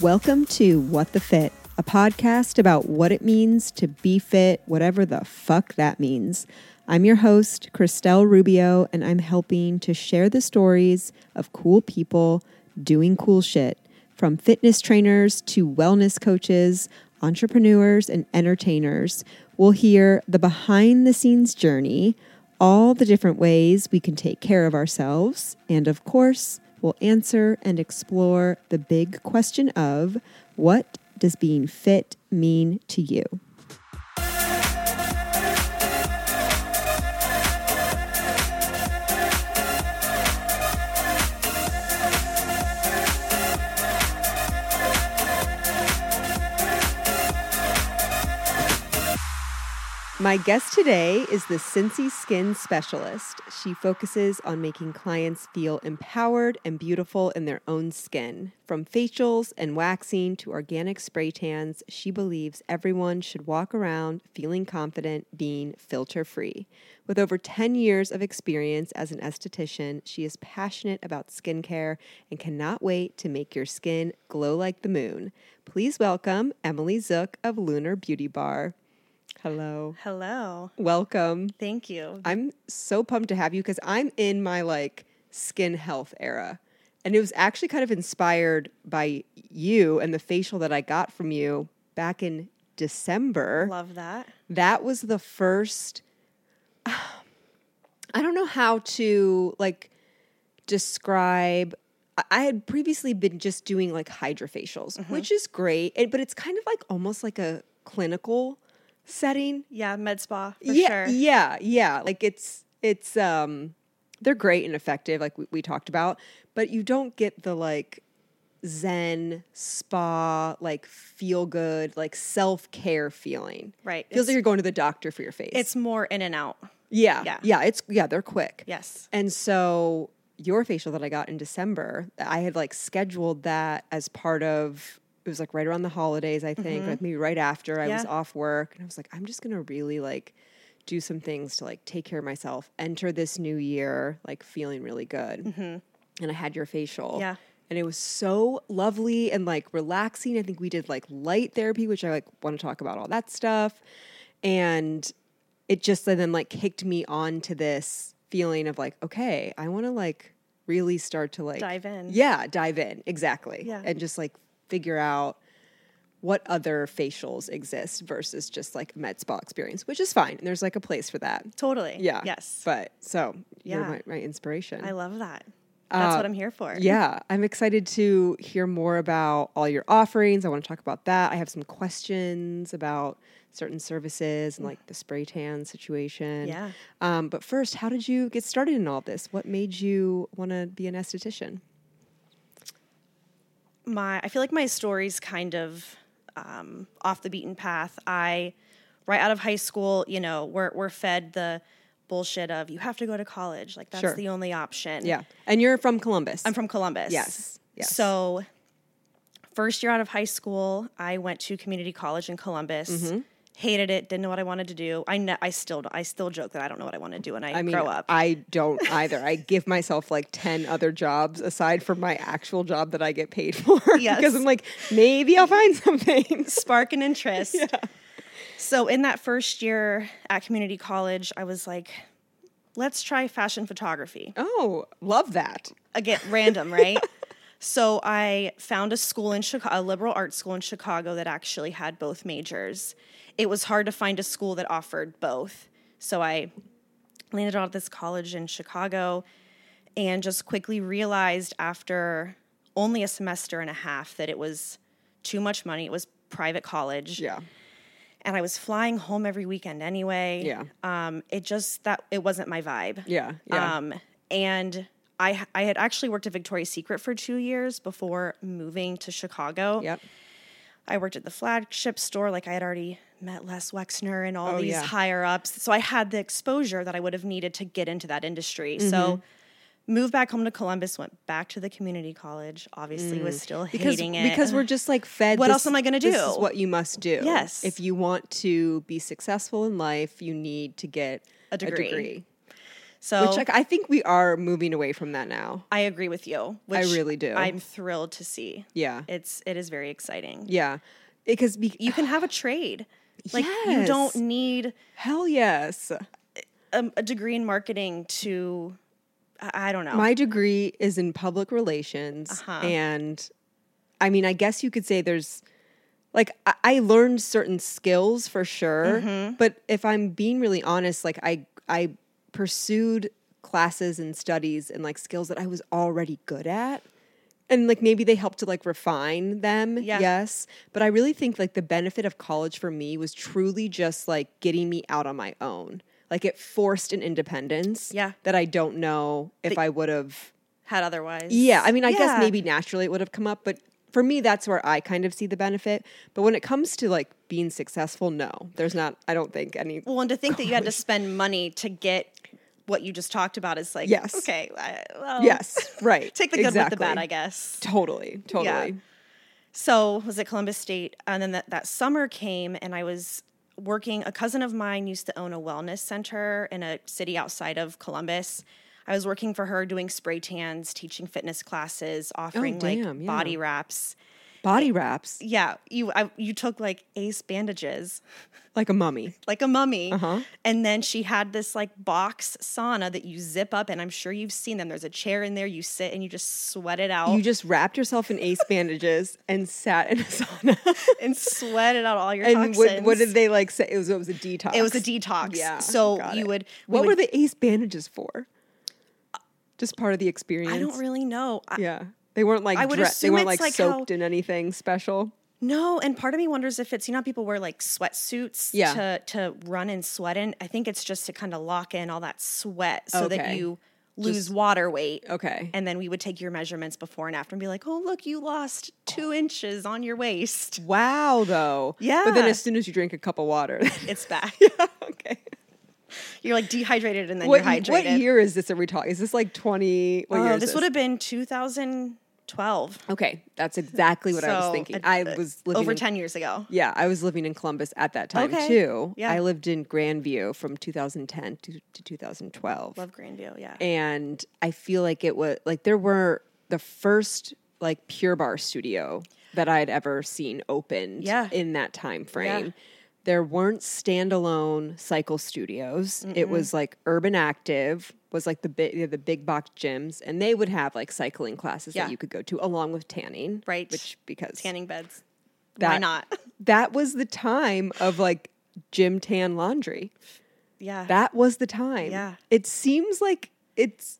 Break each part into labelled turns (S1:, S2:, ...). S1: Welcome to What the Fit, a podcast about what it means to be fit, whatever the fuck that means. I'm your host, Christelle Rubio, and I'm helping to share the stories of cool people doing cool shit from fitness trainers to wellness coaches, entrepreneurs, and entertainers. We'll hear the behind the scenes journey, all the different ways we can take care of ourselves, and of course, we'll answer and explore the big question of what does being fit mean to you? My guest today is the Cincy Skin Specialist. She focuses on making clients feel empowered and beautiful in their own skin. From facials and waxing to organic spray tans, she believes everyone should walk around feeling confident, being filter free. With over 10 years of experience as an esthetician, she is passionate about skincare and cannot wait to make your skin glow like the moon. Please welcome Emily Zook of Lunar Beauty Bar. Hello.
S2: Hello.
S1: Welcome.
S2: Thank you.
S1: I'm so pumped to have you because I'm in my like skin health era. And it was actually kind of inspired by you and the facial that I got from you back in December.
S2: Love that.
S1: That was the first I don't know how to like describe I- I had previously been just doing like hydrofacials, which is great, and- but it's kind of like almost like a clinical setting
S2: Yeah, med spa for
S1: yeah,
S2: sure.
S1: Yeah, yeah. Like it's it's um they're great and effective, like we, we talked about, but you don't get the like zen spa, like feel good, like self care feeling.
S2: Right.
S1: Feels
S2: It's,
S1: like you're going to the doctor for your face.
S2: it's more in and out.
S1: yeah, yeah.
S2: yeah.
S1: it's yeah, they're quick.
S2: Yes.
S1: And so your facial that I got in December, I had like scheduled that as part of it was like right around the holidays, I think, like maybe right after I was
S2: Mm-hmm. Yeah.
S1: off work. And I was like, I'm just gonna really like do some things to like take care of myself, enter this new year, like feeling really good.
S2: Mm-hmm.
S1: And I had your facial.
S2: Yeah.
S1: And it was so lovely and like relaxing. I think we did like light therapy, which I like want to talk about all that stuff. And it just then like kicked me on to this feeling of like, okay, I want to like really start to like
S2: Dive in.
S1: Yeah, dive in. Exactly.
S2: Yeah.
S1: And just like figure out what other facials exist versus just like a med spa experience, which is fine. And there's like a place for that.
S2: Totally.
S1: Yeah.
S2: Yes.
S1: But so you're
S2: Yeah.
S1: my, my inspiration.
S2: I love that. That's
S1: Uh,
S2: what I'm here for.
S1: Yeah, I'm excited to hear more about all your offerings. I want to talk about that. I have some questions about certain services and like the spray tan situation.
S2: Yeah.
S1: Um, but first, how did you get started in all this? What made you want to be an esthetician?
S2: my I feel like my story's kind of um, off the beaten path. I right out of high school, you know, we're we're fed the bullshit of you have to go to college. Like that's
S1: Sure.
S2: the only option.
S1: Yeah. And you're from Columbus.
S2: I'm from Columbus.
S1: Yes, yes.
S2: So, first year out of high school, I went to community college in Columbus.
S1: Mm-hmm.
S2: Hated it. Didn't know what I wanted to do. I ne- I still I still joke that I don't know what I want to do when I,
S1: I mean,
S2: grow up.
S1: I don't either. I give myself like 10 other jobs aside from my actual job that I get paid for.
S2: Yes.
S1: Because I'm like, maybe I'll find something.
S2: spark an interest. So in that first year at community college, I was like, let's try fashion photography.
S1: Oh, love that.
S2: Again, random, right? So I found a school in Chicago, a liberal arts school in Chicago that actually had both majors. It was hard to find a school that offered both. So I landed on this college in Chicago and just quickly realized after only a semester and a half that it was too much money. It was private college
S1: Yeah.
S2: and I was flying home every weekend anyway.
S1: Yeah.
S2: Um, it just that it wasn't my vibe.
S1: Yeah. Yeah.
S2: Um, and I I had actually worked at Victoria's Secret for two years before moving to Chicago.
S1: yep.
S2: I worked at the flagship store. Like I had already met Les Wexner and all
S1: Oh,
S2: these
S1: yeah.
S2: higher ups, so I had the exposure that I would have needed to get into that industry. So.
S1: Mm-hmm.
S2: Moved back home to Columbus, went back to the community college. Obviously, was still
S1: Mm. because
S2: hating it
S1: because we're just like fed.
S2: What
S1: this-
S2: else am I gonna
S1: This is
S2: do?
S1: what you must do.
S2: Yes.
S1: if you want to be successful in life, you need to get
S2: A degree. So
S1: Which like I think we are moving away from that now.
S2: I agree with you. Which
S1: I really do.
S2: I'm thrilled to see.
S1: yeah.
S2: It's it is very exciting.
S1: yeah. Because be-
S2: You can have a trade. Like you
S1: Yes.
S2: don't need
S1: hell yes.
S2: um, a, a degree in marketing to I, I don't know.
S1: My degree is in public relations
S2: Uh-huh.
S1: and I mean I guess you could say there's like I, I learned certain skills for sure,
S2: Mm-hmm.
S1: but if I'm being really honest, like I I pursued classes and studies and like skills that I was already good at. And like maybe they helped to like refine them,
S2: Yeah.
S1: yes. But I really think like the benefit of college for me was truly just like getting me out on my own. Like it forced an independence
S2: Yeah.
S1: that I don't know if I would have
S2: had otherwise.
S1: yeah, I mean, I
S2: Yeah.
S1: guess maybe naturally it would have come up, but for me, that's where I kind of see the benefit. But when it comes to like being successful, no, there's not. I don't think any.
S2: Well, and to think that you had to spend money to get what you just talked about is like
S1: Yes.
S2: Okay. I, well,
S1: Yes, right.
S2: Take the good with the bad,
S1: exactly.
S2: I guess.
S1: Totally, totally.
S2: So was at Columbus State, and then that, that summer came, and I was working. A cousin of mine used to own a wellness center in a city outside of Columbus. I was working for her, doing spray tans, teaching fitness classes, offering
S1: Oh, damn,
S2: like
S1: yeah.
S2: body wraps.
S1: Body wraps
S2: Yeah, you I, you took like ace bandages,
S1: like a mummy.
S2: like a mummy,
S1: Uh-huh.
S2: and then she had this like box sauna that you zip up, and I'm sure you've seen them. There's a chair in there, you sit and you just sweat it out
S1: You just wrapped yourself in ace bandages and sat in a sauna.
S2: and sweat it out all your
S1: and what, what
S2: toxins.
S1: did they like say? It was it was a detox.
S2: It was a detox.
S1: Yeah,
S2: So
S1: got
S2: you
S1: it.
S2: would. we
S1: What
S2: would-
S1: were the ace bandages for? Just part of the experience.
S2: I don't really know. I,
S1: Yeah. They weren't like
S2: I would
S1: dre- they
S2: assume
S1: weren't like,
S2: it's like how-
S1: soaked in anything special.
S2: No, and part of me wonders if it's you know how people wear like sweatsuits
S1: Yeah.
S2: to to run and sweat in. I think it's just to kind of lock in all that sweat so that
S1: Okay. Oh.
S2: you lose water weight.
S1: Okay.
S2: And then we would take your measurements before and after and be like, oh look, you lost two inches on your waist.
S1: wow, though. But then
S2: Yeah.
S1: as soon as you drink a cup of water,
S2: It's back.
S1: okay.
S2: You're like dehydrated and then
S1: What,
S2: you're hydrated.
S1: what year is this? Are we talking? Is this like twenty? What
S2: Oh,
S1: year is
S2: this would have been 2012.
S1: Okay, that's exactly what I was
S2: So,
S1: thinking.
S2: a-
S1: I
S2: a-
S1: was living
S2: over
S1: in-
S2: 10 years ago.
S1: Yeah, I was living in Columbus at that time
S2: Okay.
S1: too.
S2: Yeah.
S1: I lived in Grandview from 2010 to, to 2012.
S2: Love Grandview, yeah.
S1: and I feel like it was like there were the first like Pure Bar studio that I'd ever seen opened
S2: Yeah.
S1: in that time frame. There weren't standalone cycle studios. It was like Urban Active was like the big the big box gyms, and they would have like cycling classes
S2: Yeah.
S1: that you could go to along with tanning,
S2: Right.
S1: Which because
S2: Tanning beds. Why
S1: That-
S2: not?
S1: that was the time of like gym tan laundry.
S2: yeah.
S1: That was the time.
S2: Yeah.
S1: It seems like it's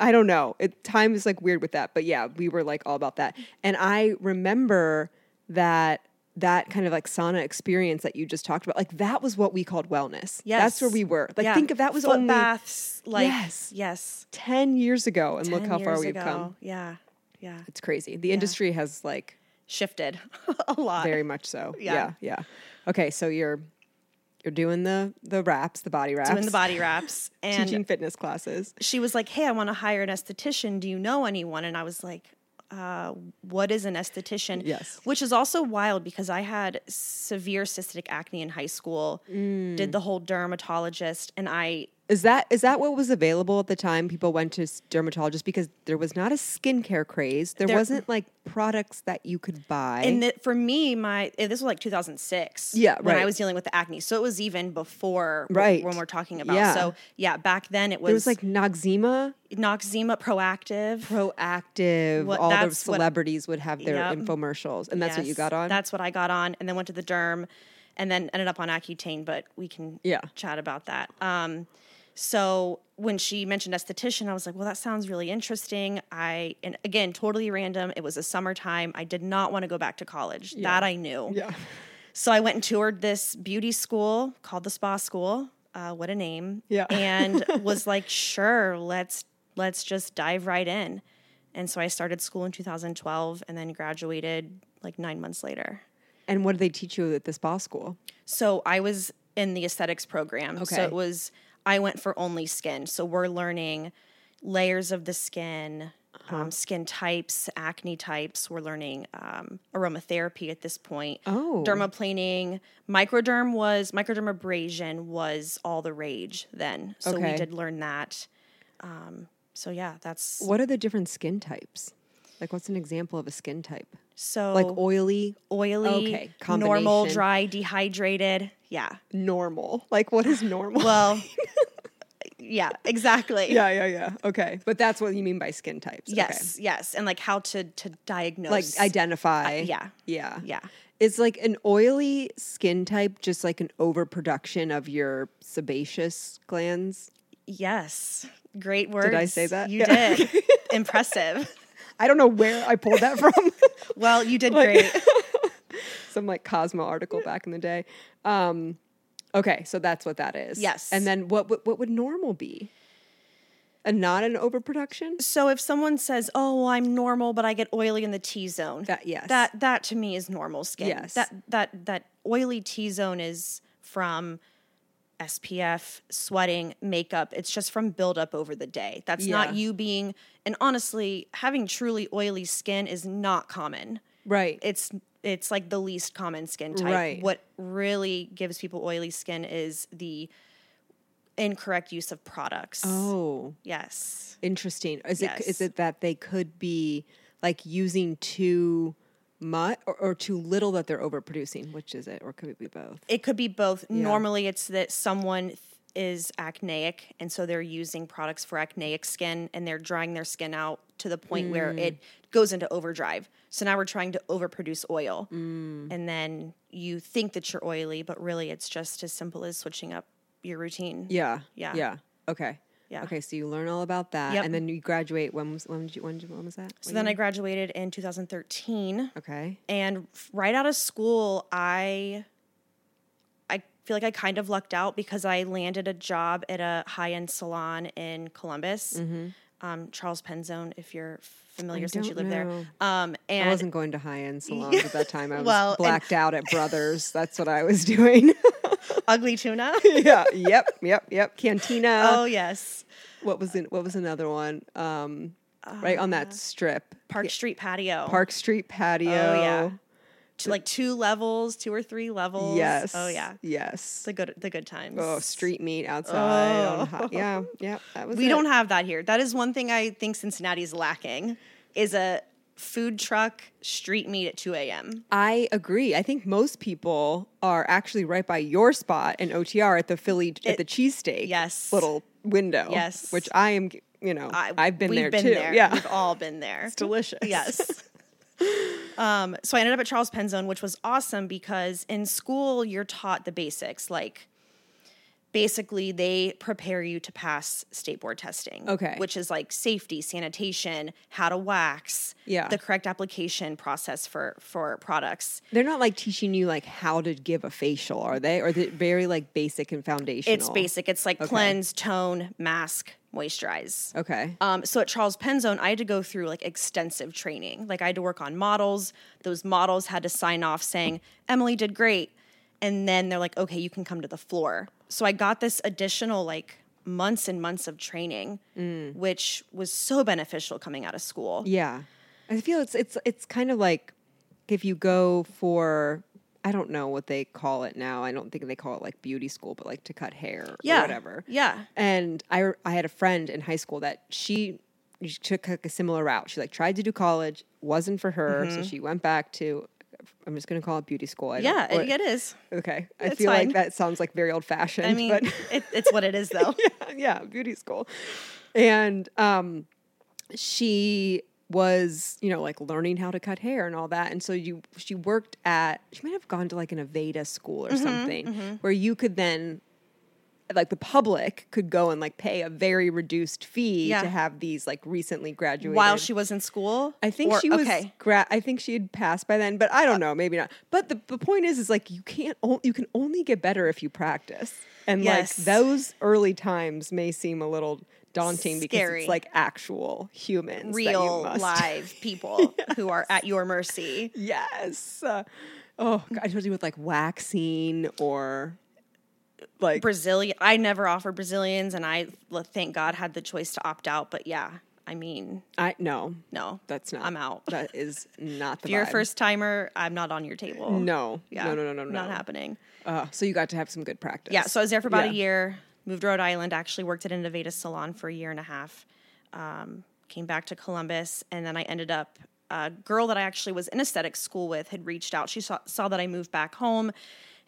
S1: I don't know. It time is like weird with that, but yeah, we were like all about that. And I remember that that kind of like sauna experience that you just talked about, like that was what we called wellness.
S2: Yes.
S1: That's where we were. Like
S2: Yeah.
S1: think of that was
S2: Foot
S1: only
S2: baths, like
S1: Yes.
S2: yes,
S1: 10 years ago and look
S2: 10
S1: how far
S2: years
S1: we've
S2: ago.
S1: come.
S2: Yeah, yeah,
S1: It's crazy. The industry has like
S2: shifted a lot.
S1: very much so. yeah.
S2: Yeah.
S1: Yeah. Okay, so you're you're doing the the wraps, the body wraps.
S2: Doing the body wraps, and
S1: teaching fitness classes.
S2: she was like, "Hey, I want to hire an esthetician. Do you know anyone?" And I was like, uh, "What is an esthetician?"
S1: Yes.
S2: which is also wild because I had severe cystic acne in high school. Did the whole dermatologist, and I
S1: Is that is that what was available at the time? People went to s- dermatologists because there was not a skincare craze. There,
S2: There-
S1: wasn't like products that you could buy.
S2: And that for me, my eh, this was like 2006.
S1: Yeah,
S2: When
S1: right.
S2: I was dealing with the acne, so it was even before wh-
S1: Right.
S2: when we're talking about.
S1: Yeah.
S2: So yeah, back then it was,
S1: there was like Noxzema,
S2: Noxzema Proactive.
S1: Proactive.
S2: What-
S1: all the
S2: that's what-
S1: celebrities would have their
S2: Yep.
S1: infomercials, and that's what you
S2: Yes,
S1: got on.
S2: That's what I got on, and then went to the derm, and then ended up on Accutane. But we can
S1: Yeah.
S2: chat about that. Um, so when she mentioned esthetician, I was like, well, that sounds really interesting. I and again, totally random. It was a summertime. I did not want to go back to college. That I knew.
S1: yeah,
S2: So I went and toured this beauty school called the Spa School. Uh, what a name!
S1: Yeah.
S2: and was like, sure, let's let's just dive right in. And so I started school in 2012, and then graduated like nine months later.
S1: and what did they teach you at the spa school?
S2: So I was in the aesthetics program.
S1: Okay.
S2: So it was I went for only skin. So we're learning layers of the skin,
S1: Uh-huh.
S2: um, skin types, acne types. We're learning um, aromatherapy at this point.
S1: Oh.
S2: Dermaplaning, microderm was microdermabrasion was all the rage then. So
S1: Okay.
S2: we did learn that. Um, so yeah, that's
S1: What are the different skin types? Like, what's an example of a skin type?
S2: so
S1: Like oily,
S2: oily,
S1: okay,
S2: normal,
S1: combination.
S2: dry, dehydrated. Yeah.
S1: normal. Like, what is normal?
S2: Well, yeah, exactly.
S1: yeah, yeah, yeah. Okay, but that's what you mean by skin types. okay.
S2: Yes, yes, and like how to to diagnose.
S1: Like identify.
S2: uh, yeah.
S1: Yeah.
S2: yeah,
S1: It's like an oily skin type, just like an overproduction of your sebaceous glands.
S2: yes. Great words.
S1: I say that?
S2: You
S1: Yeah.
S2: did. Impressive.
S1: I don't know where I pulled that from.
S2: Well, you did
S1: Like-
S2: great.
S1: Some like Cosmo article back in the day. Um, okay, so that's what that is.
S2: Yes.
S1: And then what what, what would normal be? And not an overproduction?
S2: So if someone says, "Oh, well, I'm normal, but I get oily in the T zone,"
S1: That yes.
S2: that that to me is normal skin.
S1: Yes.
S2: That that that oily T zone is from SPF, sweating, makeup. It's just from buildup over the day. That's not
S1: Yeah.
S2: you being. And honestly, having truly oily skin is not common.
S1: right.
S2: It's it's like the least common skin type.
S1: Right.
S2: What really gives people oily skin is the incorrect use of products.
S1: oh,
S2: Yes.
S1: interesting. Is it
S2: Yes.
S1: is it that they could be like using too much or, or too little that they're overproducing? Which is it? Or could it be both?
S2: It could be both. Normally, it's that someone th- is acneic, and so they're using products for acneic skin, and they're drying their skin out to the point where
S1: Mm.
S2: it goes into overdrive. So now we're trying to overproduce oil,
S1: Mm.
S2: and then you think that you're oily, but really it's just as simple as switching up your routine.
S1: Yeah.
S2: Yeah.
S1: Yeah. Okay.
S2: Yeah.
S1: Okay. So you learn all about that,
S2: Yep.
S1: and then you graduate. When was when did you when, did- when was that?
S2: So then I graduated in 2013.
S1: Okay.
S2: and f- right out of school i i feel like i kind of lucked out because i landed a job at a high-end salon in columbus
S1: Mm-hmm.
S2: um, charles penzone if you're familiar since you
S1: don't
S2: live
S1: know.
S2: there um,
S1: I
S2: and
S1: wasn't going to high end salons at that time. I was
S2: Well, and-
S1: blacked out at Brothers. That's what I was doing.
S2: ugly tuna
S1: yeah. Yep. Yep. Yep. Cantina.
S2: oh yes
S1: What was in, what was another one? Um, right on
S2: Uh.
S1: that strip,
S2: park street patio
S1: Park Street patio.
S2: oh yeah Two- like two levels two or three levels
S1: Yes.
S2: oh yeah
S1: Yes.
S2: the good the good times
S1: Oh, street meat outside. on hi- yeah. Yep. That was.
S2: we
S1: it.
S2: don't have that here that is one thing i think cincinnati is lacking is a food truck street meet at 2 a.m
S1: I agree. I think most people are actually right by your spot in OTR at the Philly at the cheesesteak
S2: yes.
S1: little window.
S2: Yes.
S1: which I am. You know, I, have been there
S2: we've
S1: too. Yeah,
S2: we've all been there.
S1: it's delicious.
S2: Yes. um, so I ended up at Charles Penzone, which was awesome because in school you're taught the basics. Like, basically, they prepare you to pass state board testing.
S1: Okay.
S2: Which is like safety, sanitation, how to wax,
S1: Yeah.
S2: the correct application process for for products.
S1: they're not like teaching you like how to give a facial, are they? Or they very like basic and foundational.
S2: It's basic. It's like cleanse, tone, mask, moisturize.
S1: Okay.
S2: Um, so at Charles Penzone, I had to go through like extensive training. Like I had to work on models. Those models had to sign off saying Emily did great, and then they're like, okay, you can come to the floor. So I got this additional like months and months of training, which was so beneficial coming out of school.
S1: Mm. Yeah. I feel it's it's it's kind of like if you go for I don't know what they call it now. I don't think they call it like beauty school, but like to cut hair or
S2: Yeah.
S1: whatever.
S2: Yeah.
S1: And I I had a friend in high school that she she took like a similar route. She like tried to do college, wasn't for her,
S2: Mm-hmm.
S1: so she went back to I'm just going to call it beauty school. I don't-
S2: Yeah,
S1: or-
S2: it, it is.
S1: Okay. I
S2: it's
S1: feel
S2: fine.
S1: like that sounds like very old fashioned,
S2: I mean,
S1: but
S2: it, it's what it is though.
S1: yeah, yeah, beauty school. And um she was, you know, like learning how to cut hair and all that. And so you she worked at she might have gone to like an Aveda school or
S2: Mm-hmm,
S1: something where you could then like the public could go and like pay a very reduced fee
S2: Yeah.
S1: to have these like recently graduated
S2: While she was in school,
S1: I think
S2: Or-
S1: she was.
S2: okay. Uh,
S1: Gra- I think she had passed by then, but I don't know. Maybe not. But the, the point is, is like you can't. O- you can only get better if you practice. And
S2: Yes.
S1: like those early times may seem a little daunting because
S2: Scary.
S1: it's like actual humans, that you
S2: real
S1: must-
S2: live people who are at your mercy.
S1: Yes. Uh, oh, God, I told you with like waxing or like
S2: Brazilian. I never offered Brazilians, and I l- thank God had the choice to opt out. But yeah, I mean,
S1: I no,
S2: no,
S1: that's not.
S2: I'm out.
S1: That is not the
S2: If you're a
S1: vibe.
S2: first timer, I'm not on your table.
S1: No,
S2: Yeah.
S1: no, no, no, no, no.
S2: Not happening.
S1: Uh, so you got to have some good practice.
S2: Yeah, so I was there for about
S1: Yeah.
S2: a year. Moved to Rhode Island. Actually worked at an Innovative Salon for a year and a half. Um, came back to Columbus, and then I ended up. A girl that I actually was in aesthetic school with had reached out. She saw, saw that I moved back home,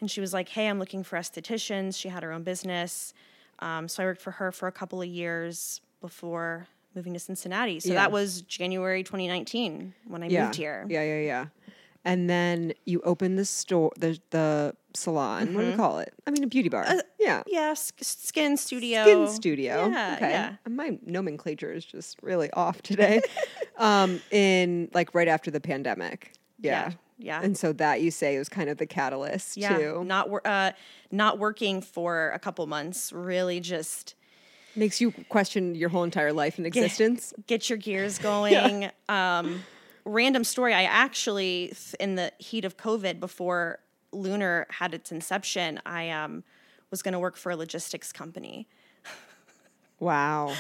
S2: and she was like, "Hey, I'm looking for estheticians." She had her own business, um, so I worked for her for a couple of years before moving to Cincinnati. So
S1: Yeah.
S2: that was January 2019 when I
S1: yeah.
S2: moved here.
S1: Yeah, yeah, yeah. And then you open the store, the the salon. What do
S2: Mm-hmm.
S1: we call it? I mean, a beauty bar. yeah.
S2: Yeah, sk- skin studio.
S1: Skin studio.
S2: Yeah,
S1: okay.
S2: yeah.
S1: My nomenclature is just really off today. um, in like right after the pandemic. Yeah.
S2: Yeah. Yeah.
S1: And so that you say was kind of the catalyst
S2: yeah,
S1: too.
S2: not wor- uh, not working for a couple months really just
S1: Makes you question your whole entire life and existence.
S2: get your gears going. um, random story. I actually, th- in the heat of COVID, before Lunar had its inception, I um, was going to work for a logistics company.
S1: Wow.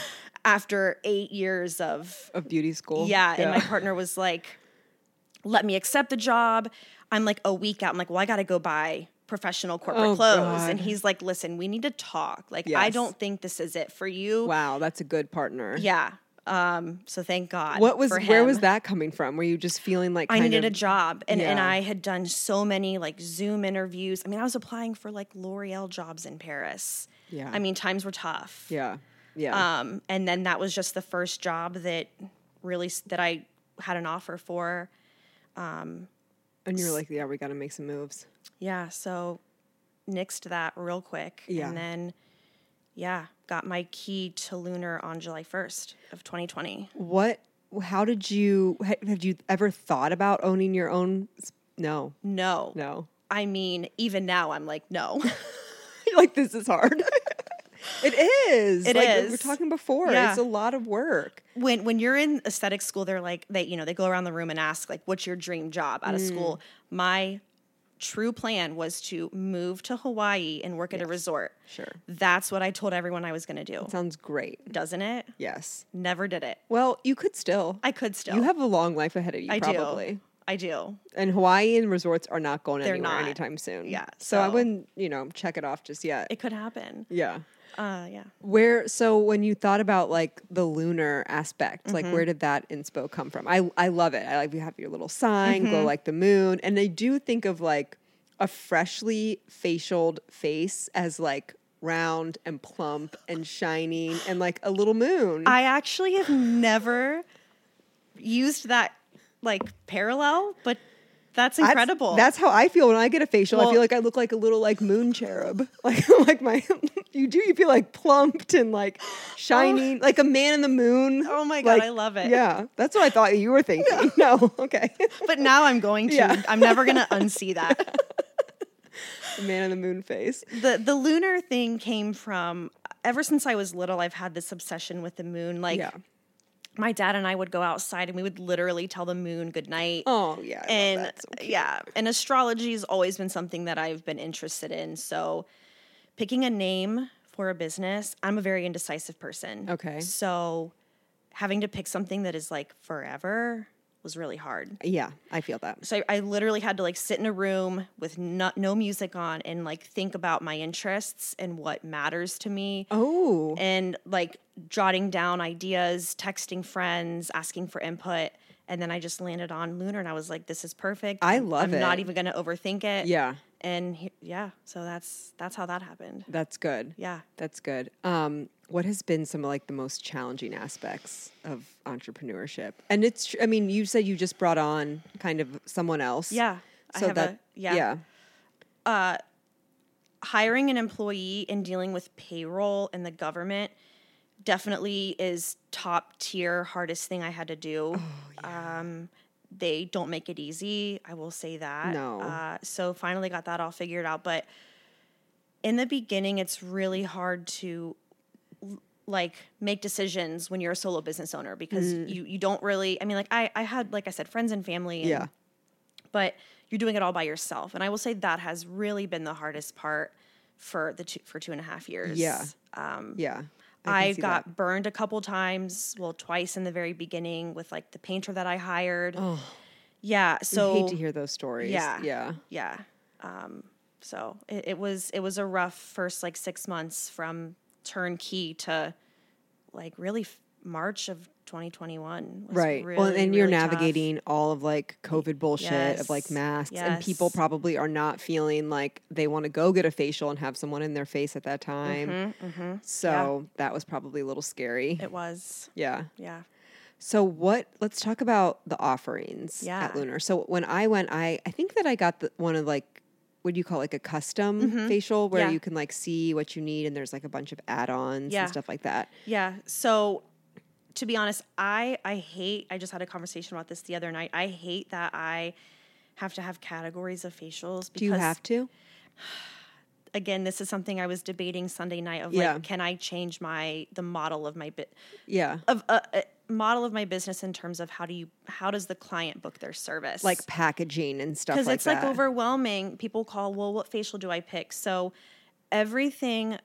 S2: After eight years of
S1: Of beauty school.
S2: yeah, and my partner was like, "Let me accept the job." I'm like a week out. I'm like, "Well, I got to go buy professional corporate
S1: Oh,
S2: clothes,"
S1: God.
S2: and he's like, "Listen, we need to talk. Like, I
S1: Yes.
S2: don't think this is it for you."
S1: wow, that's a good partner.
S2: Yeah. Um, so thank God.
S1: What was
S2: for
S1: where was
S2: him.
S1: that coming from? Were you just feeling like
S2: I
S1: kind
S2: needed
S1: of-
S2: a job and, and
S1: Yeah.
S2: I had done so many like Zoom interviews. I mean, I was applying for like L'Oreal jobs in Paris.
S1: Yeah.
S2: I mean, times were tough.
S1: Yeah. Yeah.
S2: Um, and then that was just the first job that really s- that I had an offer for.
S1: and you're like, yeah, we got to make some moves.
S2: Yeah, so nixed that real quick.
S1: Yeah.
S2: And then yeah, got my key to Lunar on July 1st of 2020.
S1: What? How did you? ha- Have you ever thought about owning your own? s- No,
S2: No.
S1: no.
S2: I mean, even now I'm like, no.
S1: You're like this is hard. it is.
S2: It
S1: like, We were
S2: is.
S1: talking before.
S2: Yeah.
S1: It's a lot of work.
S2: when when you're in aesthetic school, they're like they you know they go around the room and ask like, "What's your dream job out of
S1: Mm.
S2: school?" My true plan was to move to Hawaii and work at a resort.
S1: Sure.
S2: That's what I told everyone I was going to do.
S1: Sounds great.
S2: Doesn't it?
S1: Yes.
S2: Never did it.
S1: Well, you could still.
S2: I could still.
S1: You have a long life ahead of you,
S2: I
S1: probably.
S2: do. I do.
S1: And Hawaiian resorts are not going
S2: They're
S1: anywhere
S2: not.
S1: anytime soon.
S2: Yeah,
S1: So, I
S2: so-
S1: wouldn't, you know, check it off just yet.
S2: It could happen.
S1: yeah.
S2: Uh, yeah.
S1: Where so when you thought about like the lunar aspect, like where did that inspo come from? I I love it. I like you have your little sign, glow like the moon, and I do think of like a freshly facialed face as like round and plump and shining and like a little moon.
S2: I actually have never used that like parallel, but that's
S1: That's-
S2: incredible.
S1: That's, how I feel when I get a facial. I
S2: Well-
S1: feel like I look like a little like moon cherub. Like like my you do you feel like plumped and like shining like a man in the moon.
S2: Oh my God,
S1: Like,
S2: I love it.
S1: Yeah. That's what I thought you were thinking. No. Okay.
S2: but now I'm going to.
S1: Yeah.
S2: I'm never going to unsee that.
S1: The man in the moon face.
S2: the the lunar thing came from ever since I was little. I've had this obsession with the moon. Like
S1: Yeah.
S2: my dad and I would go outside and we would literally tell the moon good night.
S1: Oh yeah. I love
S2: and
S1: that.
S2: yeah, and astrology has always been something that I've been interested in. So picking a name for a business, I'm a very indecisive person.
S1: Okay.
S2: so having to pick something that is like forever was really hard
S1: yeah, I feel that.
S2: so I, I literally had to like sit in a room with no, no music on and like think about my interests and what matters to me
S1: Oh.
S2: and like jotting down ideas texting friends asking for input and then i just landed on lunar and i was like this is perfect
S1: I love
S2: i'm not
S1: it.
S2: even gonna overthink it
S1: yeah.
S2: and he, yeah so that's that's how that happened
S1: That's good.
S2: yeah
S1: That's good. Um, what has been some of like the most challenging aspects of entrepreneurship? And it's, tr- I mean, you said you just brought on kind of someone else.
S2: yeah i
S1: So
S2: have
S1: that,
S2: a yeah.
S1: yeah,
S2: hiring an employee and dealing with payroll and the government definitely is top tier hardest thing I had to do.
S1: Oh,
S2: Um they don't make it easy. I will say that.
S1: No.
S2: Uh, so finally got that all figured out. But in the beginning, it's really hard to l- like make decisions when you're a solo business owner because
S1: Mm.
S2: you you don't really. I mean, like I I had like I said friends and family. And
S1: yeah,
S2: but you're doing it all by yourself. And I will say that has really been the hardest part for the two, for two and a half years.
S1: Yeah.
S2: Um,
S1: yeah.
S2: I,
S1: see
S2: got burned a couple times, well, twice in the very beginning with like the painter that I hired.
S1: Oh,
S2: Yeah, so
S1: hate to hear those stories.
S2: Yeah.
S1: yeah.
S2: yeah. Um, so it, it was it was a rough first like six months from turnkey to like really f- March of 2021. was
S1: Right.
S2: Really,
S1: well, and you're
S2: really tough.
S1: navigating all of like COVID bullshit of like
S2: Yes.
S1: masks, and people
S2: Yes.
S1: probably are not feeling like they want to go get a facial and have someone in their face at that time.
S2: Mhm, mhm.
S1: So that was probably a little scary.
S2: It was.
S1: yeah.
S2: Yeah.
S1: So what? Let's talk about the offerings
S2: Yeah.
S1: at Lunar. So when I went, I I think that I got the, one of like what do you call it, like a custom facial where
S2: Mm-hmm. Yeah.
S1: you can like see what you need, and there's like a bunch of add-ons
S2: Yeah.
S1: and stuff like that.
S2: Yeah. So to be honest, I I hate I just had a conversation about this the other night. I hate that I have to have categories of facials because
S1: Do you have to?
S2: again, this is something I was debating Sunday night of
S1: Yeah.
S2: like can I change my the model of my bit
S1: Yeah.
S2: of a uh, model of my business in terms of how do you how does the client book their service?
S1: Like packaging and stuff like
S2: because it's like
S1: that.
S2: overwhelming. People call, well, what facial do I pick? So everything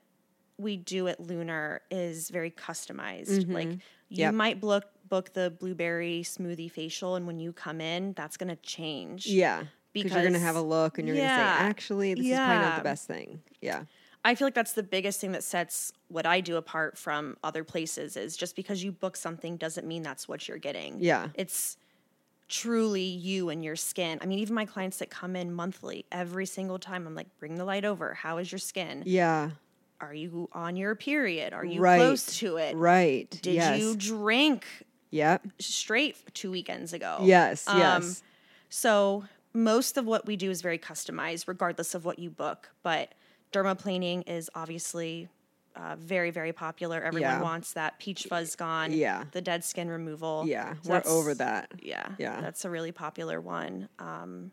S2: we do at Lunar is very customized. Like you
S1: Mm-hmm. Yep.
S2: might book book the blueberry smoothie facial, and when you come in, that's gonna change.
S1: Yeah. Because you're going to have a
S2: Because-
S1: look and you're going to
S2: Yeah.
S1: say, actually, this is probably not
S2: Yeah.
S1: the best thing. Yeah.
S2: I feel like that's the biggest thing that sets what I do apart from other places is just because you book something doesn't mean that's what you're getting.
S1: Yeah.
S2: It's truly you and your skin. I mean, even my clients that come in monthly, every single time I'm like, bring the light over. How is your skin?
S1: Yeah.
S2: Are you on your period? Are you
S1: Right.
S2: close to it?
S1: Right.
S2: Eh, Did
S1: yes.
S2: you drink
S1: Yep.
S2: straight two weekends ago?
S1: Yes.
S2: Um,
S1: yes.
S2: So most of what we do is very customized, regardless of what you book. But dermaplaning is obviously uh, very, very popular. Everyone
S1: Yeah.
S2: wants that peach fuzz gone.
S1: Yeah.
S2: The dead skin removal.
S1: Yeah.
S2: um, So
S1: We're
S2: that's-
S1: over that.
S2: Yeah.
S1: Yeah.
S2: That's a really popular one. Um,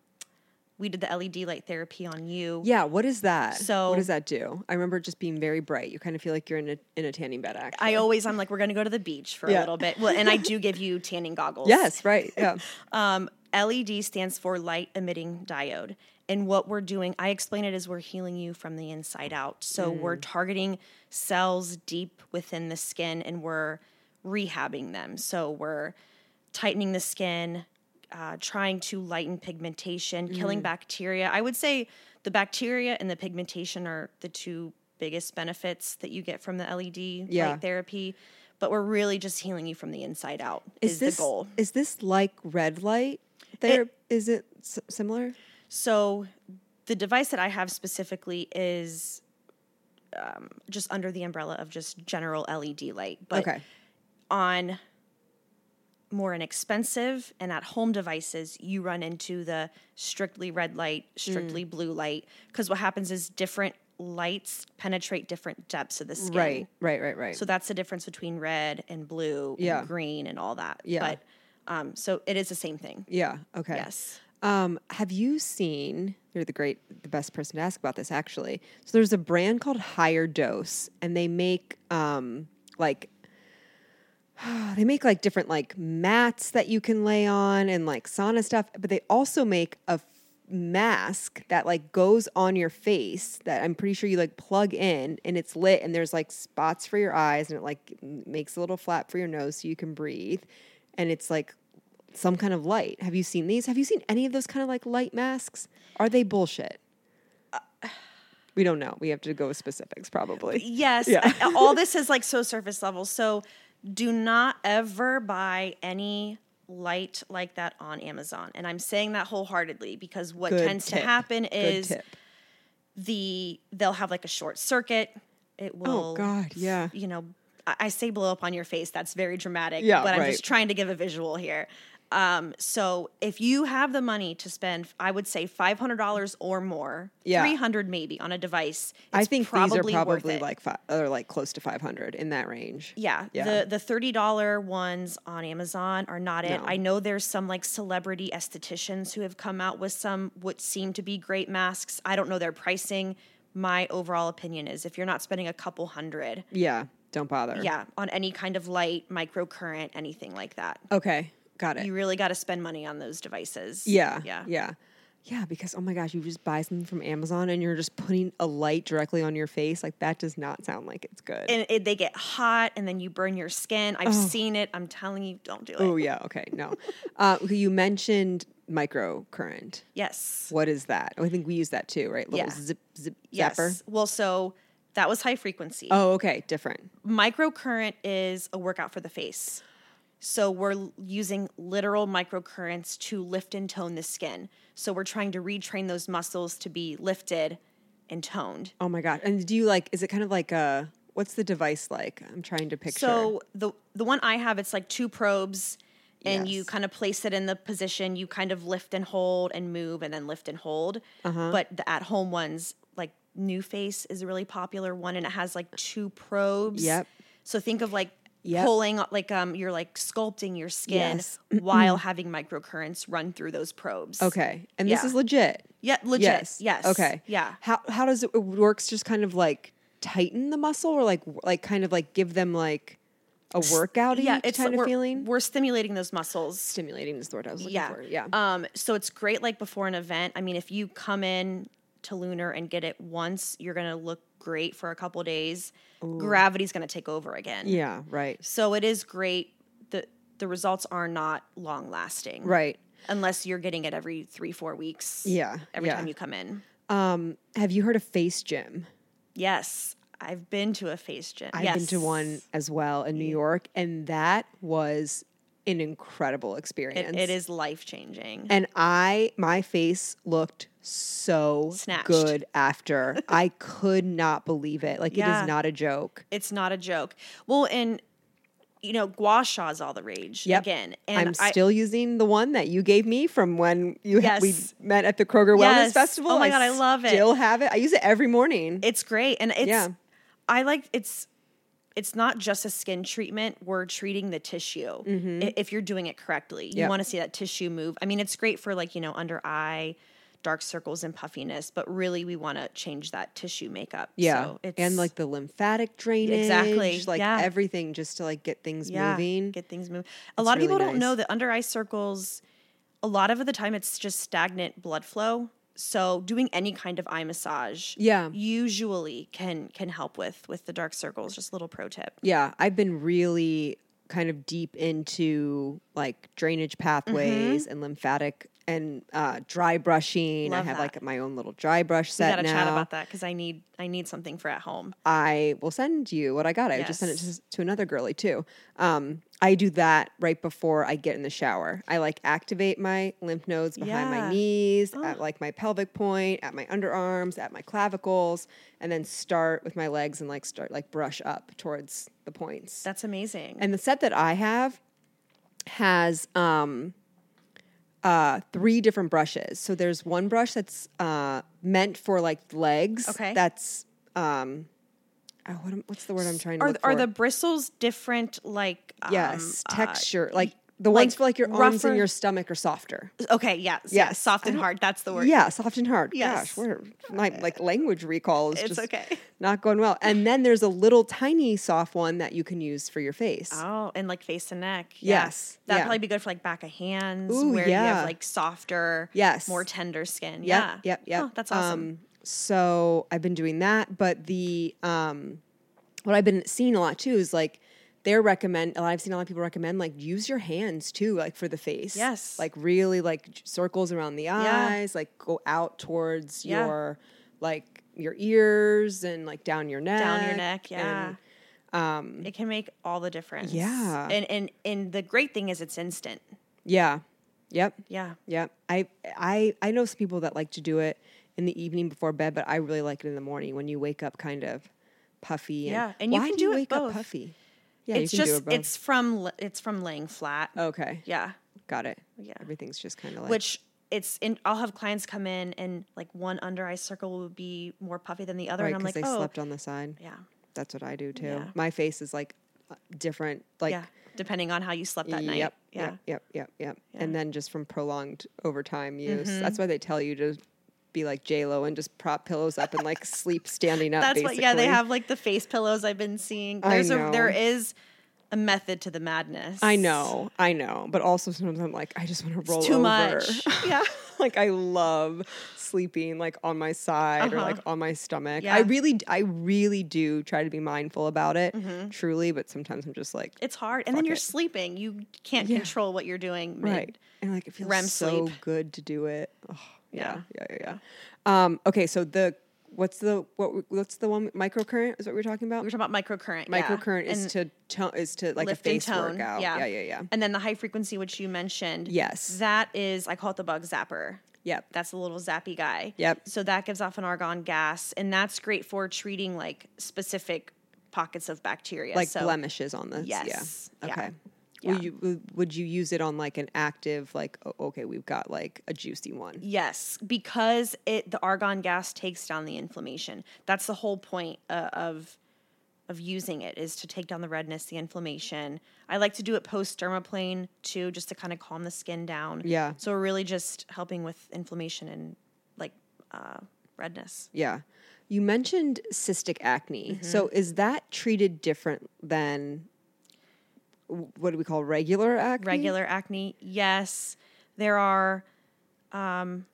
S2: we did the LED light therapy on you.
S1: Yeah. What is that?
S2: So-
S1: what does that do? I remember just being very bright. You kind of feel like you're in a, in a tanning bed, actually.
S2: I always, I'm like, we're going to go to the beach for
S1: Yeah.
S2: a little bit. Well, and I do give you tanning goggles.
S1: yes. Right. Yeah.
S2: Um, LED stands for light emitting diode. And what we're doing, I explain it as we're healing you from the inside out. So
S1: Mm.
S2: we're targeting cells deep within the skin and we're rehabbing them. So we're tightening the skin, uh, trying to lighten pigmentation,
S1: Mm.
S2: killing bacteria. I would say the bacteria and the pigmentation are the two biggest benefits that you get from the LED
S1: Yeah.
S2: light therapy. But we're really just healing you from the inside out is,
S1: this,
S2: the goal.
S1: Is this like red light? There is it s- similar?
S2: So the device that I have specifically is um, just under the umbrella of just general LED light, but
S1: okay.
S2: on more inexpensive and at home devices, you run into the strictly red light, strictly
S1: Mm.
S2: blue light, because what happens is different lights penetrate different depths of the skin.
S1: Right. Right. Right. Right.
S2: So that's the difference between red and blue and
S1: Yeah.
S2: green and all that.
S1: Yeah.
S2: But um, so it is the same thing.
S1: yeah. Okay.
S2: Yes.
S1: Um, have you seen? You're the great, the best person to ask about this, actually. So there's a brand called Higher Dose, and they make um, like Uh, they make like different like mats that you can lay on and like sauna stuff, but they also make a f- mask that like goes on your face that I'm pretty sure you like plug in and it's lit and there's like spots for your eyes and it like m- makes a little flap for your nose so you can breathe and it's like some kind of light. Have you seen these? Have you seen any of those kind of like light masks? Are they bullshit? we don't know. We have to go with specifics probably.
S2: Yes.
S1: Yeah.
S2: I- all this is like so surface level. So do not ever buy any light like that on Amazon. And I'm saying that wholeheartedly because what
S1: Good
S2: tends
S1: tip.
S2: to happen
S1: Good
S2: is
S1: tip.
S2: the they'll have like a short circuit. It will
S1: Oh, God, yeah.
S2: You know, I, I say blow up on your face. That's very dramatic.
S1: Yeah,
S2: But I'm
S1: right.
S2: just trying to give a visual here. Um, so if you have the money to spend, I would say five hundred dollars or more,
S1: Yeah.
S2: three hundred maybe on a device.
S1: I
S2: it's
S1: think these are
S2: worth
S1: probably
S2: it.
S1: like five, or like close to 500 in that range.
S2: Yeah,
S1: Yeah.
S2: the the thirty dollar ones on Amazon are not it.
S1: No.
S2: I know there's some like celebrity estheticians who have come out with some what seem to be great masks. I don't know their pricing. My overall opinion is if you're not spending a couple hundred,
S1: Yeah. Don't bother.
S2: yeah, on any kind of light, microcurrent, anything like that,
S1: Okay. Got it.
S2: you really got to spend money on those devices.
S1: yeah.
S2: yeah,
S1: Yeah. Yeah, because oh my gosh, you just buy something from Amazon and you're just putting a light directly on your face. Like that does not sound like it's good.
S2: And it, they get hot, and then you burn your skin. I've seen it. I'm telling you, don't do it.
S1: oh yeah, okay, no. uh, you mentioned microcurrent.
S2: Yes.
S1: What is that? Oh, I think we use that too, right? Little
S2: Yeah.
S1: zip zip
S2: Yes.
S1: zapper.
S2: Well, so that was high frequency.
S1: Oh, okay, different.
S2: Microcurrent is a workout for the face. So we're l- using literal microcurrents to lift and tone the skin. So we're trying to retrain those muscles to be lifted and toned.
S1: Oh my god. And do you like? Is it kind of like a? What's the device like? I'm trying to picture.
S2: So the the one I have, it's like two probes, and you
S1: Yes.
S2: kind of place it in the position. You kind of lift and hold and move, and then lift and hold.
S1: Uh-huh.
S2: But the at home ones, like New Face, is a really popular one, and it has like two probes.
S1: Yep.
S2: So think of like
S1: Yep.
S2: pulling, like um, you're like sculpting your skin
S1: Yes.
S2: while having microcurrents run through those probes.
S1: okay, and this
S2: yeah.
S1: is legit.
S2: Yeah. Legit. Yes.
S1: Okay.
S2: Yeah.
S1: How how does it, it works? Just kind of like tighten the muscle, or like like kind of like give them like a workout
S2: Yeah. It's
S1: kind of
S2: we're,
S1: feeling.
S2: We're stimulating those muscles.
S1: Stimulating is the word I was looking
S2: yeah.
S1: for. Yeah.
S2: Um, so it's great like before an event. I mean, if you come in to Lunar and get it once, you're gonna look great for a couple days. Gravity's gonna take over again.
S1: yeah. Right.
S2: So it is great. The the results are not long lasting.
S1: Right.
S2: Unless you're getting it every three, four weeks.
S1: Yeah,
S2: Every
S1: yeah.
S2: time you come in.
S1: Um, have you heard of Face Gym?
S2: Yes. I've been to a face gym.
S1: I've been to
S2: Yes. Mm.
S1: one as well in New York, and that was an incredible experience.
S2: It, it is life changing.
S1: And I, my face looked so
S2: Snatched.
S1: good after. I could not believe it. Like it
S2: Yeah.
S1: is not a joke.
S2: It's not a joke. Well, and you know, gua sha's all the rage
S1: Yep.
S2: again. And
S1: I'm
S2: I,
S1: still using the one that you gave me from when you ha-
S2: Yes.
S1: we met at the Kroger Wellness
S2: Yes.
S1: Festival.
S2: Oh my God, I love it.
S1: Still have it. I use it every morning.
S2: it's great and it's
S1: Yeah.
S2: i like it's it's not just a skin treatment we're treating the tissue i- if you're doing it correctly you
S1: Mm-hmm. Yep.
S2: want to see that tissue move i mean it's great for like you know under eye dark circles and puffiness but really we want to change that tissue makeup
S1: yeah,
S2: so it's
S1: and like the lymphatic drainage,
S2: Exactly,
S1: like
S2: yeah.
S1: everything, just to like get things
S2: yeah,
S1: moving.
S2: get things moving a lot of
S1: really
S2: people don't know
S1: nice.
S2: that under eye circles a lot of the time it's just stagnant blood flow so doing any kind of eye massage
S1: Yeah.
S2: usually can can help with with the dark circles just a little pro tip
S1: Yeah, I've been really kind of deep into like drainage pathways and lymphatic and uh, dry brushing.
S2: Mm-hmm. Love
S1: I have
S2: that.
S1: like my own little dry brush
S2: We
S1: set
S2: gotta
S1: now.
S2: chat about that because I need I need something for at home.
S1: I will send you what I got. I just sent it
S2: Yes.
S1: to, to another girly too. Um, I do that right before I get in the shower. I like activate my lymph nodes behind my
S2: Yeah. Oh.
S1: knees, at like my pelvic point, at my underarms, at my clavicles, and then start with my legs and like start like brush up towards the points.
S2: That's amazing.
S1: And the set that I have has um uh three different brushes. So there's one brush that's uh meant for like legs.
S2: Okay.
S1: That's um oh, what am, what's the word I'm trying to
S2: are
S1: look
S2: are
S1: for?
S2: the bristles different? Like um,
S1: yes,
S2: uh,
S1: texture. Like the
S2: like
S1: ones for like your arms and
S2: rougher-
S1: your stomach are softer.
S2: uh, okay, yes, yes,
S1: Yes.
S2: soft
S1: I
S2: and
S1: don't-
S2: hard. That's the word.
S1: Yeah, soft and hard. Gosh,
S2: Yes.
S1: we're, my like language recall is
S2: It's
S1: just
S2: okay.
S1: not going well. And then there's a little tiny soft one that you can use for your face.
S2: Oh, and like face and neck.
S1: Yes,
S2: that'd
S1: yeah.
S2: probably be good for like back of hands,
S1: Ooh,
S2: where you
S1: yeah.
S2: have like softer,
S1: Yes.
S2: more tender skin.
S1: Yep,
S2: Yeah,
S1: Yep. Yep.
S2: Oh, that's awesome.
S1: Um, so I've been doing that, but the um, what I've been seeing a lot too is like they're recommend. a lot- I've seen a lot of people recommend like use your hands too, like for the face.
S2: Yes.
S1: Like really like j- circles around the eyes, like go out towards
S2: Yeah.
S1: your like your ears and like down your neck.
S2: Down your neck. Yeah.
S1: and- um,
S2: it can make all the difference.
S1: Yeah.
S2: and and and the great thing is it's instant.
S1: yeah. Yep.
S2: Yeah,
S1: Yep. I I I know some people that like to do it in the evening before bed, but I really like it in the morning when you wake up kind of puffy. And,
S2: Yeah, and you
S1: why
S2: can
S1: do you
S2: do it
S1: wake up
S2: both.
S1: puffy? Yeah,
S2: it's
S1: you can
S2: just
S1: do it both. Oh.
S2: it's from l- it's from laying flat.
S1: okay.
S2: Yeah,
S1: Got it.
S2: Yeah.
S1: Everything's just kind of like
S2: which it's in i'll have clients come in and like one under eye circle would be more puffy than the other
S1: right
S2: and i'm
S1: because
S2: like
S1: they
S2: oh
S1: slept on the side.
S2: yeah
S1: That's what I do too.
S2: Yeah.
S1: My face is like uh, different. Like
S2: yeah depending on how you slept that
S1: yep,
S2: night
S1: Yep,
S2: yeah
S1: yep, yep, yep, And then just from prolonged overtime use.
S2: Mm-hmm.
S1: That's why they tell you to be like J Lo and just prop pillows up and like sleep standing up.
S2: that's
S1: basically.
S2: what yeah they have like the face pillows i've been seeing
S1: I
S2: there's
S1: know.
S2: a there is a method to the madness
S1: I know, I know, but also sometimes I'm like, I just want to roll
S2: it's too
S1: over.
S2: much yeah
S1: like I love sleeping like on my side or
S2: Uh-huh.
S1: like on my stomach.
S2: Yeah.
S1: I really I really do try to be mindful about it
S2: Mhm.
S1: truly, but sometimes I'm just like
S2: It's hard. And then
S1: Fuck
S2: you're
S1: it.
S2: sleeping. You can't
S1: Yeah.
S2: control what you're doing. mid-
S1: right. And like it feels
S2: REM
S1: so
S2: sleep.
S1: good to do it. Oh, yeah,
S2: Yeah.
S1: yeah, yeah, yeah. Um okay, so the what's the what what's the one microcurrent is what we're talking about?
S2: We're talking about microcurrent. yeah.
S1: microcurrent is
S2: And-
S1: to tone is to like a
S2: lift and
S1: face
S2: tone,
S1: workout.
S2: yeah.
S1: yeah, yeah, yeah.
S2: And then the high frequency, which you mentioned.
S1: Yes.
S2: That is, I call it the bug zapper.
S1: Yep.
S2: That's the little zappy guy.
S1: Yep.
S2: So that gives off an argon gas, and that's great for treating like specific pockets of bacteria.
S1: like
S2: so,
S1: blemishes on this.
S2: Yes.
S1: Yeah.
S2: Yeah.
S1: Okay.
S2: Yeah.
S1: Will you, w- would you use it on like an active, like, oh, okay, we've got like a juicy one?
S2: Yes, because it the argon gas takes down the inflammation. That's the whole point uh, of of using it is to take down the redness, the inflammation. I like to do it post dermaplane too, just to kind of calm the skin down.
S1: Yeah.
S2: So we're really just helping with inflammation and like uh, redness.
S1: Yeah. You mentioned cystic acne.
S2: Mm-hmm.
S1: So is that treated different than w- what do we call regular acne?
S2: Regular acne, yes. There are. Um,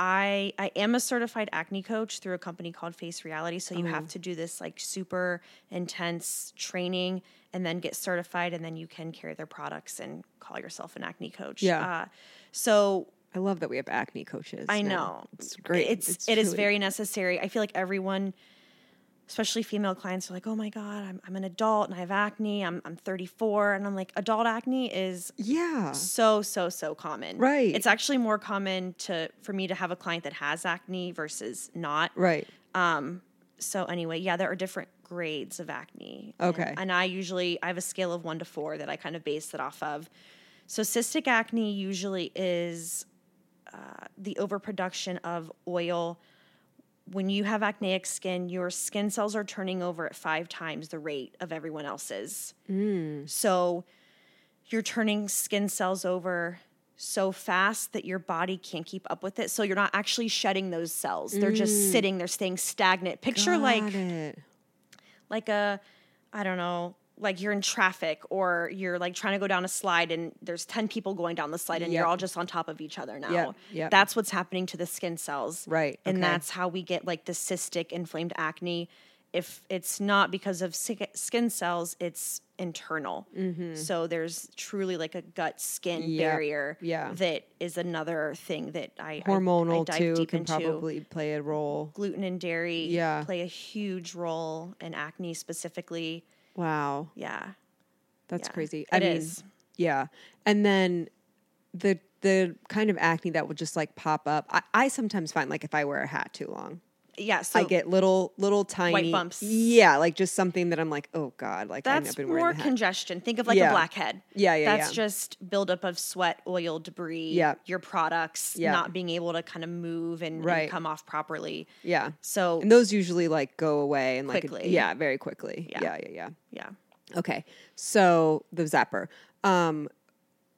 S2: I I am a certified acne coach through a company called Face Reality, so you
S1: Oh.
S2: have to do this like super intense training and then get certified, and then you can carry their products and call yourself an acne coach.
S1: Yeah.
S2: Uh, so
S1: I love that we have acne coaches.
S2: I
S1: now.
S2: know.
S1: It's great.
S2: It's, it's it is
S1: truly-
S2: very necessary. I feel like everyone, especially female clients, are like, "Oh my god, I'm I'm an adult and I have acne. I'm I'm 34." And I'm like, "Adult acne is
S1: Yeah.
S2: so so so common.
S1: Right.
S2: It's actually more common to for me to have a client that has acne versus not. um,
S1: Right.
S2: So anyway, yeah, there are different grades of acne.
S1: Okay.
S2: And, and I usually I have a scale of 1 to 4 that I kind of base that off of. So cystic acne usually is uh, the overproduction of oil. When you have acneic skin, your skin cells are turning over at 5 times the rate of everyone else's.
S1: Mm.
S2: So you're turning skin cells over so fast that your body can't keep up with it. So you're not actually shedding those cells. They're just sitting, they're staying stagnant. Picture
S1: Mm. Got
S2: like
S1: it.
S2: like a I don't know, like you're in traffic or you're like trying to go down a slide and there's 10 people going down the slide and you're
S1: Yep.
S2: all just on top of each other now.
S1: Yep, yep.
S2: That's what's happening to the skin cells.
S1: Right,
S2: And
S1: okay.
S2: that's how we get like the cystic inflamed acne. If it's not because of sick- skin cells, it's internal. So there's truly like a gut skin
S1: Mm-hmm. Yep,
S2: barrier
S1: yeah.
S2: that is another thing that I I- I
S1: hormonal
S2: dive
S1: too
S2: deep
S1: can
S2: into
S1: probably play a role.
S2: gluten and dairy
S1: Yeah.
S2: play a huge role in acne specifically.
S1: Wow.
S2: Yeah.
S1: That's
S2: Yeah,
S1: crazy.
S2: it is.
S1: Yeah. And then the the kind of acne that will just like pop up. I, I sometimes find like if I wear a hat too long,
S2: Yeah. So
S1: I get little little tiny
S2: Oh. bumps.
S1: Yeah, like just something that I'm like, oh god, like I've
S2: that's
S1: been
S2: more
S1: wearing the hat.
S2: congestion. Think of like
S1: Yeah.
S2: a blackhead.
S1: Yeah, yeah,
S2: That's
S1: yeah.
S2: just buildup of sweat, oil, debris,
S1: Yeah.
S2: your products
S1: Yeah.
S2: not being able to kind of move and, and
S1: Right.
S2: come off properly.
S1: yeah.
S2: So,
S1: And those usually like go away and like
S2: Quickly.
S1: yeah, very quickly.
S2: Yeah.
S1: yeah, yeah. yeah.
S2: yeah.
S1: Okay, so the zapper. Um,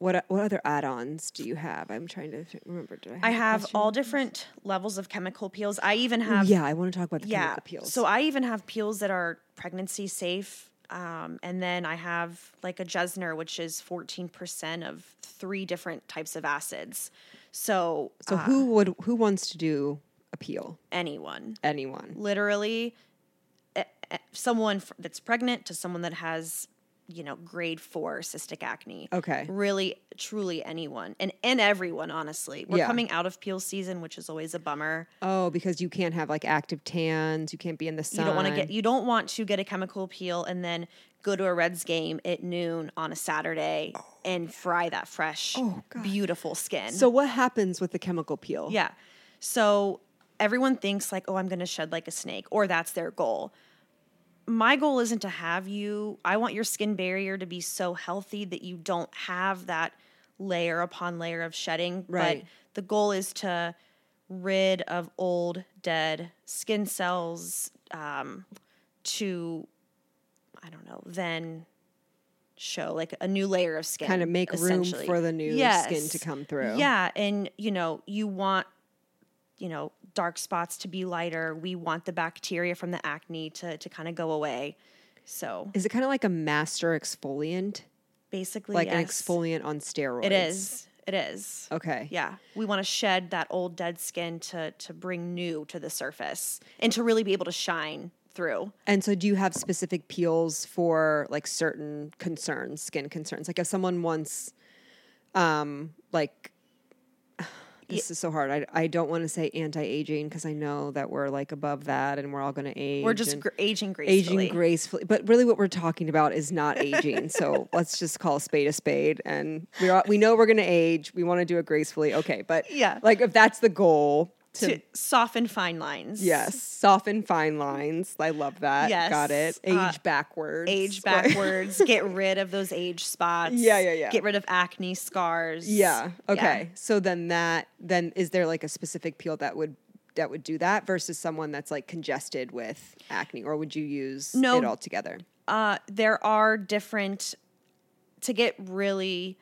S1: what what other add-ons do you have? I'm trying to th- remember. Did I have,
S2: I
S1: a
S2: have
S1: question?
S2: all different levels of chemical peels. I even have
S1: yeah, I want to talk about the
S2: yeah.
S1: chemical peels.
S2: So I even have peels that are pregnancy safe. Um, and then I have like a Jesner, which is 14% of three different types of acids. So,
S1: So
S2: uh,
S1: who would who wants to do appeal?
S2: anyone,
S1: Anyone?
S2: literally, eh, eh, someone f- that's pregnant to someone that has, you know, grade four cystic acne.
S1: Okay.
S2: Really, truly anyone and, and everyone, honestly. We're
S1: Yeah.
S2: coming out of peel season, which is always a bummer.
S1: Oh, because you can't have like active tans. You can't be in the sun.
S2: You don't want to get you don't want to get a chemical peel and then go to a Reds game at noon on a Saturday and fry that fresh,
S1: God.
S2: beautiful skin.
S1: So what happens with the chemical peel?
S2: yeah. So everyone thinks like, oh, I'm gonna shed like a snake, or that's their goal. My goal isn't to have you, I want your skin barrier to be so healthy that you don't have that layer upon layer of shedding.
S1: Right.
S2: But the goal is to rid of old, dead skin cells, um, to I don't know, then show like a new layer of skin.
S1: Kind of make room
S2: essentially.
S1: for the new skin to come through.
S2: Yeah, and you know, you want you know, dark spots to be lighter. We want the bacteria from the acne to to kind of go away. So,
S1: Is it kind of like a master exfoliant,
S2: basically
S1: like an
S2: yes.
S1: exfoliant on steroids?
S2: It is. It is.
S1: Okay.
S2: Yeah. We want to shed that old dead skin to to bring new to the surface and to really be able to shine through.
S1: And so, do you have specific peels for like certain concerns, skin concerns? Like, if someone wants, um, like, this is so hard. I, I don't want to say anti aging because I know that we're like above that and we're all going to age.
S2: We're just
S1: and
S2: gr- aging gracefully.
S1: aging gracefully. But really, what we're talking about is not aging. so let's just call a spade a spade. And we are, we know we're going to age. We want to do it gracefully. Okay. But
S2: Yeah.
S1: like, if that's the goal to,
S2: to soften fine lines.
S1: yes, soften fine lines. I love that.
S2: Yes,
S1: Got it. Age
S2: uh,
S1: backwards.
S2: Age
S1: Like-
S2: backwards, get rid of those age spots.
S1: Yeah, yeah, yeah.
S2: Get rid of acne scars.
S1: Yeah. Okay. So then that then is there like a specific peel that would that would do that versus someone that's like congested with acne, or would you use
S2: No.
S1: it all together?
S2: uh, there are different to get really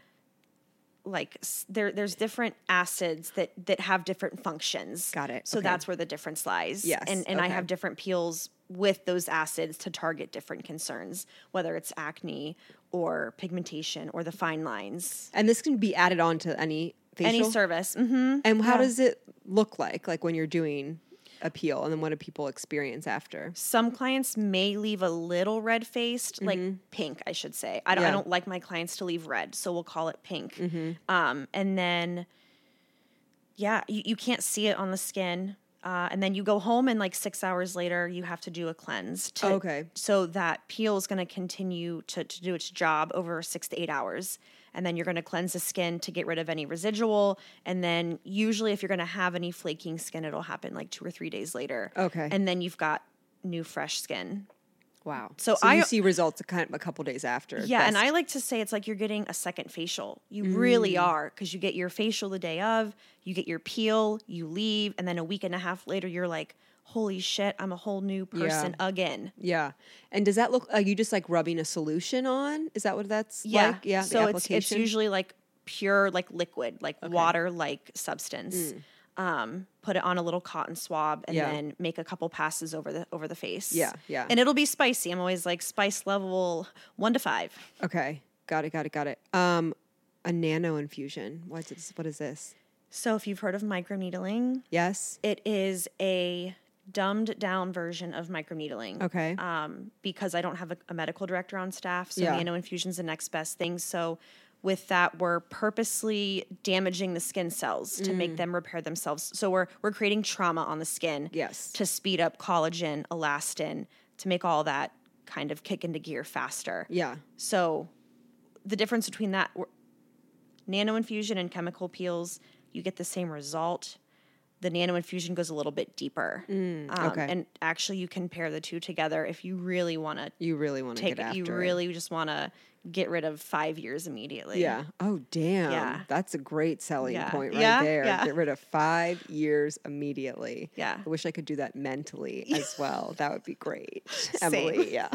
S2: like s- there there's different acids that that have different functions
S1: Got it.
S2: so
S1: Okay.
S2: that's where the difference lies
S1: Yes,
S2: and and i
S1: okay.
S2: have different peels with those acids to target different concerns whether it's acne or pigmentation or the fine lines
S1: And this can be added on to any facial.
S2: any service hmm
S1: and how
S2: yeah.
S1: does it look like, like when you're doing a peel, and then what do people experience after?
S2: some clients may leave a little red faced, like pink, I should say. I
S1: Mm-hmm.
S2: don't, I
S1: Yeah. Mm-hmm.
S2: don't like my clients to leave red, so we'll call it pink. Um, and then, yeah, you, you can't see it on the skin. Uh, and then you go home, and like six hours later, you have to do a cleanse. To,
S1: Oh, Okay.
S2: So that peel is going to continue to, to do its job over six to eight hours. And then you're going to cleanse the skin to get rid of any residual. And then, usually, if you're going to have any flaking skin, it'll happen like two or three days later.
S1: Okay.
S2: And then you've got new, fresh skin.
S1: Wow.
S2: So
S1: you
S2: I-
S1: see results a kind of a couple days after.
S2: Yeah. And
S1: Best- Mm.
S2: I like to say it's like you're getting a second facial. You really are because you get your facial the day of, you get your peel, you leave. And then a week and a half later, you're like, holy shit, I'm a whole new person again.
S1: yeah. And does that look? Are you just like rubbing a solution on? Is that what that's
S2: Yeah.
S1: like? Yeah. the
S2: So it's it's
S1: application?
S2: usually like pure like liquid, like water like substance. Um, put it on a little cotton swab and
S1: Mm. Yeah.
S2: then make a couple passes over the over the face.
S1: Yeah, yeah.
S2: And it'll be spicy. I'm always like spice level one to five.
S1: Okay, got it, got it, got it. Um, a nano infusion. What's this? What is this?
S2: So if you've heard of microneedling,
S1: Yes.
S2: it is a dumbed down version of microneedling.
S1: Okay.
S2: Um, because I don't have a, a medical director on staff, so
S1: Yeah.
S2: nano infusion's the next best thing. So with that, we're purposely damaging the skin cells to
S1: Mm.
S2: make them repair themselves. So we're we're creating trauma on the skin.
S1: Yes.
S2: To speed up collagen, elastin, to make all that kind of kick into gear faster.
S1: yeah.
S2: So the difference between that w- nano infusion and chemical peels, you get the same result. The nano infusion goes a little bit deeper. Um,
S1: Mm, okay.
S2: And actually, you can pair the two together if you really want to
S1: You really want to
S2: take
S1: get
S2: it.
S1: after
S2: You really just want to get rid of five years immediately.
S1: Yeah. Oh damn.
S2: Yeah.
S1: That's a great selling
S2: Yeah.
S1: point right
S2: Yeah,
S1: there.
S2: yeah.
S1: Get rid of five years immediately.
S2: Yeah.
S1: I wish I could do that mentally as well. That would be great,
S2: Same.
S1: Emily. Yeah.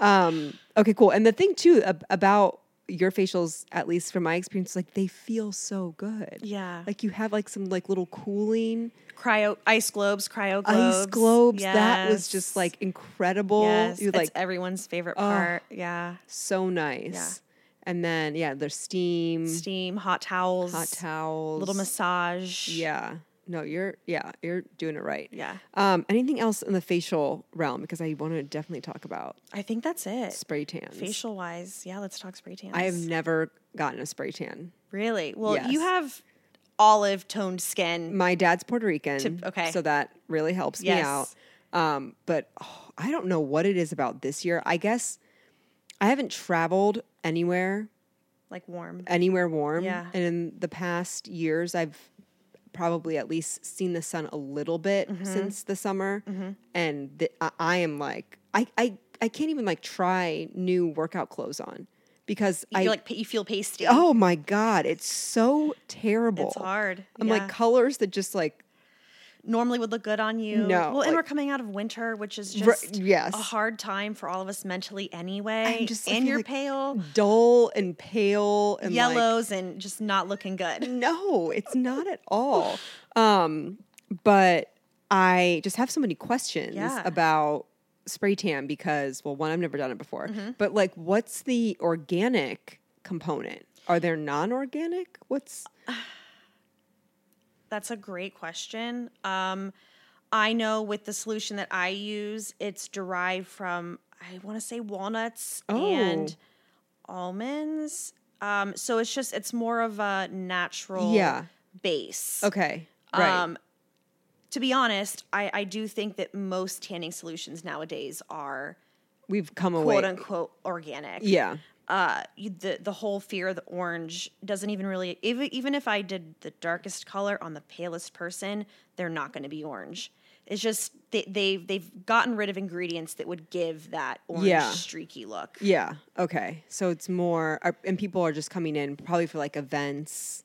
S1: um, okay. Cool. And the thing too ab- about your facials, at least from my experience, like they feel so good.
S2: Yeah.
S1: Like you have like some like little cooling.
S2: Cryo ice globes, cryo globes,
S1: ice globes. That was
S2: Yes.
S1: just like incredible.
S2: Yes,
S1: You
S2: it's
S1: like
S2: everyone's favorite part. yeah,
S1: so nice. And then yeah, there's steam,
S2: steam, hot towels,
S1: hot towels,
S2: little massage.
S1: Yeah. No, you're yeah, you're doing it right.
S2: Yeah.
S1: Um, anything else in the facial realm? Because I want to definitely talk about
S2: I think that's it.
S1: spray tans.
S2: Facial wise, yeah, let's talk spray tans.
S1: I have never gotten a spray tan.
S2: really well. You
S1: Yes. Mm.
S2: have olive toned skin.
S1: My dad's Puerto Rican.
S2: okay.
S1: So that really helps me
S2: Yes.
S1: out. Um, but oh, I don't know what it is about this year. I guess I haven't traveled anywhere
S2: like warm.
S1: anywhere warm.
S2: Yeah.
S1: And in the past years, I've probably at least seen the sun a little bit
S2: Mm-hmm.
S1: since the summer. And th- I, I am like, I, I, I can't even like try new workout clothes on because
S2: You
S1: I,
S2: feel like you feel pasty.
S1: oh my God, it's so terrible.
S2: it's hard.
S1: I'm
S2: Yeah.
S1: like colors that just like,
S2: normally would look good on you.
S1: No,
S2: well, and
S1: like-
S2: we're coming out of winter, which is
S1: Ri-
S2: just
S1: yes.
S2: a hard time for all of us mentally anyway.
S1: I'm just- I
S2: and
S1: feel
S2: you're
S1: like
S2: pale,
S1: dull and pale and like-
S2: yellows, and just not looking good.
S1: No, it's not at all. Um, but I just have so many questions
S2: Yeah.
S1: about spray tan
S2: Mm-hmm.
S1: because, well, one, I've never done it before, but like, what's the organic component? are there non-organic? What's
S2: That's a great question. Um, I know with the solution that I use, it's derived from I want to say walnuts and
S1: Oh.
S2: almonds. Um, so it's just it's more of a natural
S1: Yeah.
S2: base.
S1: okay? Right.
S2: Um, to be honest, I, I do think that most tanning solutions nowadays are
S1: We've come away.
S2: quote unquote organic.
S1: yeah.
S2: Uh, you, the the whole fear of the orange doesn't even really even even if I did the darkest color on the palest person, they're not going to be orange. It's just they they've they've gotten rid of ingredients that would give that orange
S1: Yeah.
S2: streaky look.
S1: Yeah. Okay. So it's more, are- and people are just coming in probably for like events,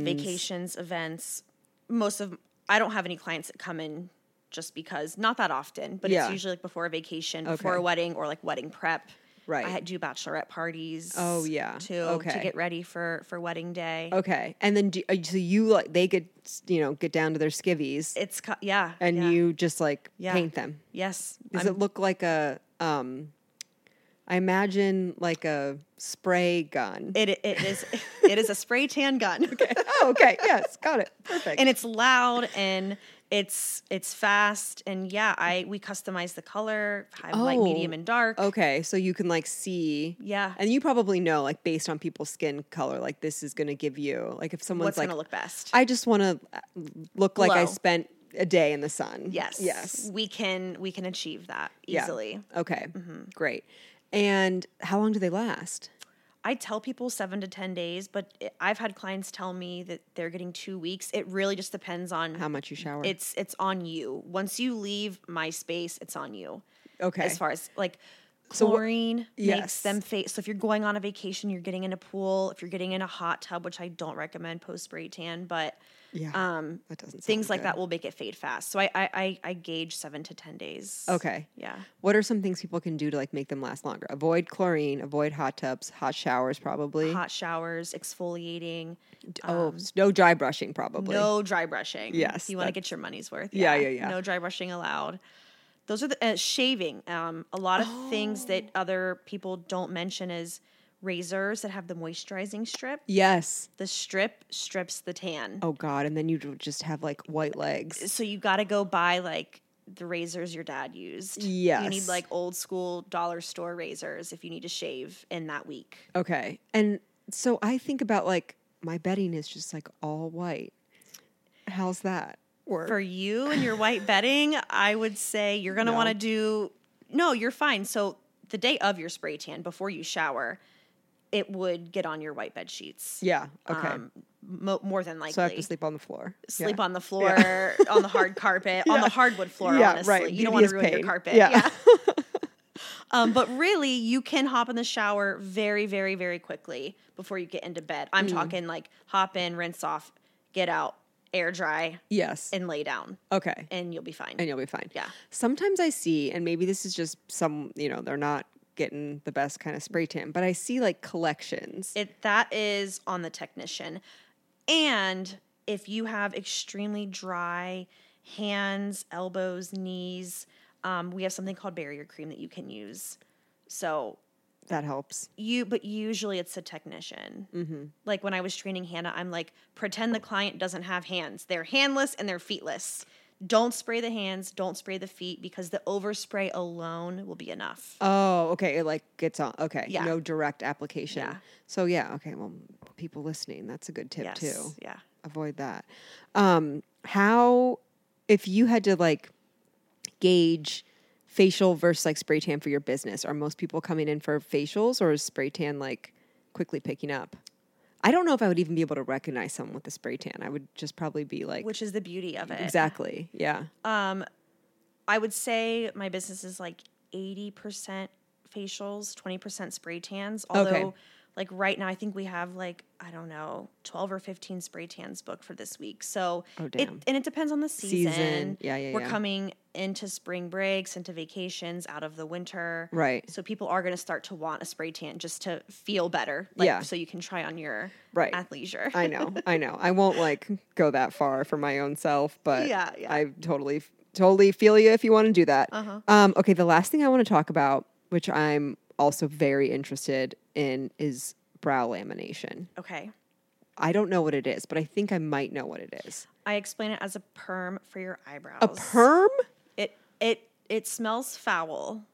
S1: weddings,
S2: vacations, events. Most of I don't have any clients that come in just because not that often, but
S1: Yeah.
S2: it's usually like before a vacation, before
S1: Okay.
S2: a wedding, or like wedding prep.
S1: Right.
S2: I do bachelorette parties.
S1: Oh, yeah.
S2: To to
S1: Okay.
S2: get ready for for wedding day.
S1: Okay. And then do, uh, so you like they could you know get down to their skivvies
S2: It's co- yeah.
S1: and
S2: yeah.
S1: you just like
S2: Yeah.
S1: paint them.
S2: Yes.
S1: Does
S2: I'm-
S1: it look like a um I imagine like a spray gun.
S2: it, it is it is a spray tan gun. Okay.
S1: oh, okay. Yes, got it. Perfect.
S2: and it's loud and it's it's fast and yeah, I we customize the color, high, light,
S1: Oh,
S2: medium and dark.
S1: okay, so you can like see
S2: Yeah.
S1: And you probably know like based on people's skin color like this is going to give you like if someone's
S2: What's
S1: like
S2: gonna look best?
S1: I just want to look like I
S2: Glow.
S1: spent a day in the sun.
S2: yes.
S1: Yes.
S2: We can we can achieve that
S1: Yeah.
S2: easily.
S1: Okay.
S2: Mm-hmm.
S1: Great. And how long do they last?
S2: I tell people seven to ten days, but it, I've had clients tell me that they're getting two weeks. It really just depends on
S1: How much you shower?
S2: it's it's on you. Once you leave my space, it's on you.
S1: okay.
S2: as far as like
S1: So what-
S2: chlorine makes
S1: Yes.
S2: them fade. So if you're going on a vacation, you're getting in a pool. If you're getting in a hot tub, which I don't recommend post spray tan, but
S1: yeah.
S2: um,
S1: that doesn't sound
S2: things like
S1: good.
S2: that will make it fade fast. So I, I I I gauge seven to ten days.
S1: Okay.
S2: Yeah.
S1: What are some things people can do to like make them last longer? Avoid chlorine, avoid hot tubs, hot showers probably.
S2: Hot showers, exfoliating,
S1: oh, s- no dry brushing probably.
S2: no dry brushing.
S1: Yes,
S2: If you want to
S1: that-
S2: get your money's worth.
S1: Yeah, yeah, yeah.
S2: No dry brushing allowed. Those are the uh, shaving. Um, a lot of things that
S1: Oh.
S2: other people don't mention is razors that have the moisturizing strip.
S1: Yes.
S2: the strip strips the tan.
S1: Oh god, and then you d- just have like white legs.
S2: So you got to go buy like the razors your dad used. You need
S1: Yes.
S2: like old school dollar store razors if you need to shave in that week.
S1: Okay. And so I think about like my bedding is just like all white. How's that work?
S2: For you and your white bedding, I would say you're going to
S1: No.
S2: want to do No, you're fine. So the day of your spray tan before you shower, it would get on your white bed sheets.
S1: yeah. Okay.
S2: mo- more than likely.
S1: so I have to sleep on the floor.
S2: um, sleep
S1: yeah.
S2: on the floor, on the hard carpet, on the hardwood floor.
S1: Yeah,
S2: honestly,
S1: right.
S2: you
S1: Beauty
S2: don't want
S1: is
S2: to ruin your
S1: pain.
S2: carpet.
S1: Yeah.
S2: um, but really, you can hop in the shower very, very, very quickly before you get into bed. I'm
S1: Mm.
S2: talking like hop in, rinse off, get out, air dry,
S1: Yes.
S2: and lay down,
S1: okay.
S2: and you'll be fine.
S1: and you'll be fine.
S2: Yeah.
S1: Sometimes I see, and maybe this is just some, you know, they're not getting the best kind of spray tan, but I see like collections.
S2: It that is on the technician. And if you have extremely dry hands, elbows, knees, um, we have something called barrier cream that you can use. So
S1: that helps.
S2: you, but usually it's a technician. Mm-hmm. Like when I was training Hannah, I'm like, pretend the client doesn't have hands. They're handless and they're feetless. Don't spray the hands. Don't spray the feet because the overspray alone will be enough.
S1: Oh, okay. It like gets on. Okay.
S2: Yeah.
S1: No direct application.
S2: Yeah.
S1: So yeah. Okay. Well, people listening, that's a good tip
S2: yes.
S1: too.
S2: Yeah.
S1: Avoid that. Um, how, if you had to like gauge facial versus like spray tan for your business, are most people coming in for facials or is spray tan like quickly picking up? I don't know if I would even be able to recognize someone with a spray tan. I would just probably be like,
S2: Which is the beauty of it.
S1: exactly. Yeah.
S2: Um, I would say my business is like eighty percent facials, twenty percent spray tans. Although,
S1: Okay.
S2: like right now, I think we have like I don't know twelve or fifteen spray tans booked for this week. So,
S1: Oh,
S2: it
S1: damn.
S2: and it depends on the season.
S1: Season. Yeah, yeah,
S2: We're
S1: yeah.
S2: coming into spring breaks, into vacations, out of the winter.
S1: Right.
S2: So people are going to start to want a spray tan just to feel better. Like,
S1: Yeah.
S2: So you can try on your
S1: Right.
S2: athleisure.
S1: I know, I know. I won't like go that far for my own self, but
S2: Yeah, yeah. Uh-huh.
S1: I totally, totally feel you if you want to do that. Um, okay, the last thing I want to talk about, which I'm also very interested in, is brow lamination.
S2: Okay.
S1: I don't know what it is, but I think I might know what it is.
S2: I explain it as a perm for your eyebrows.
S1: A perm?
S2: It it it smells foul.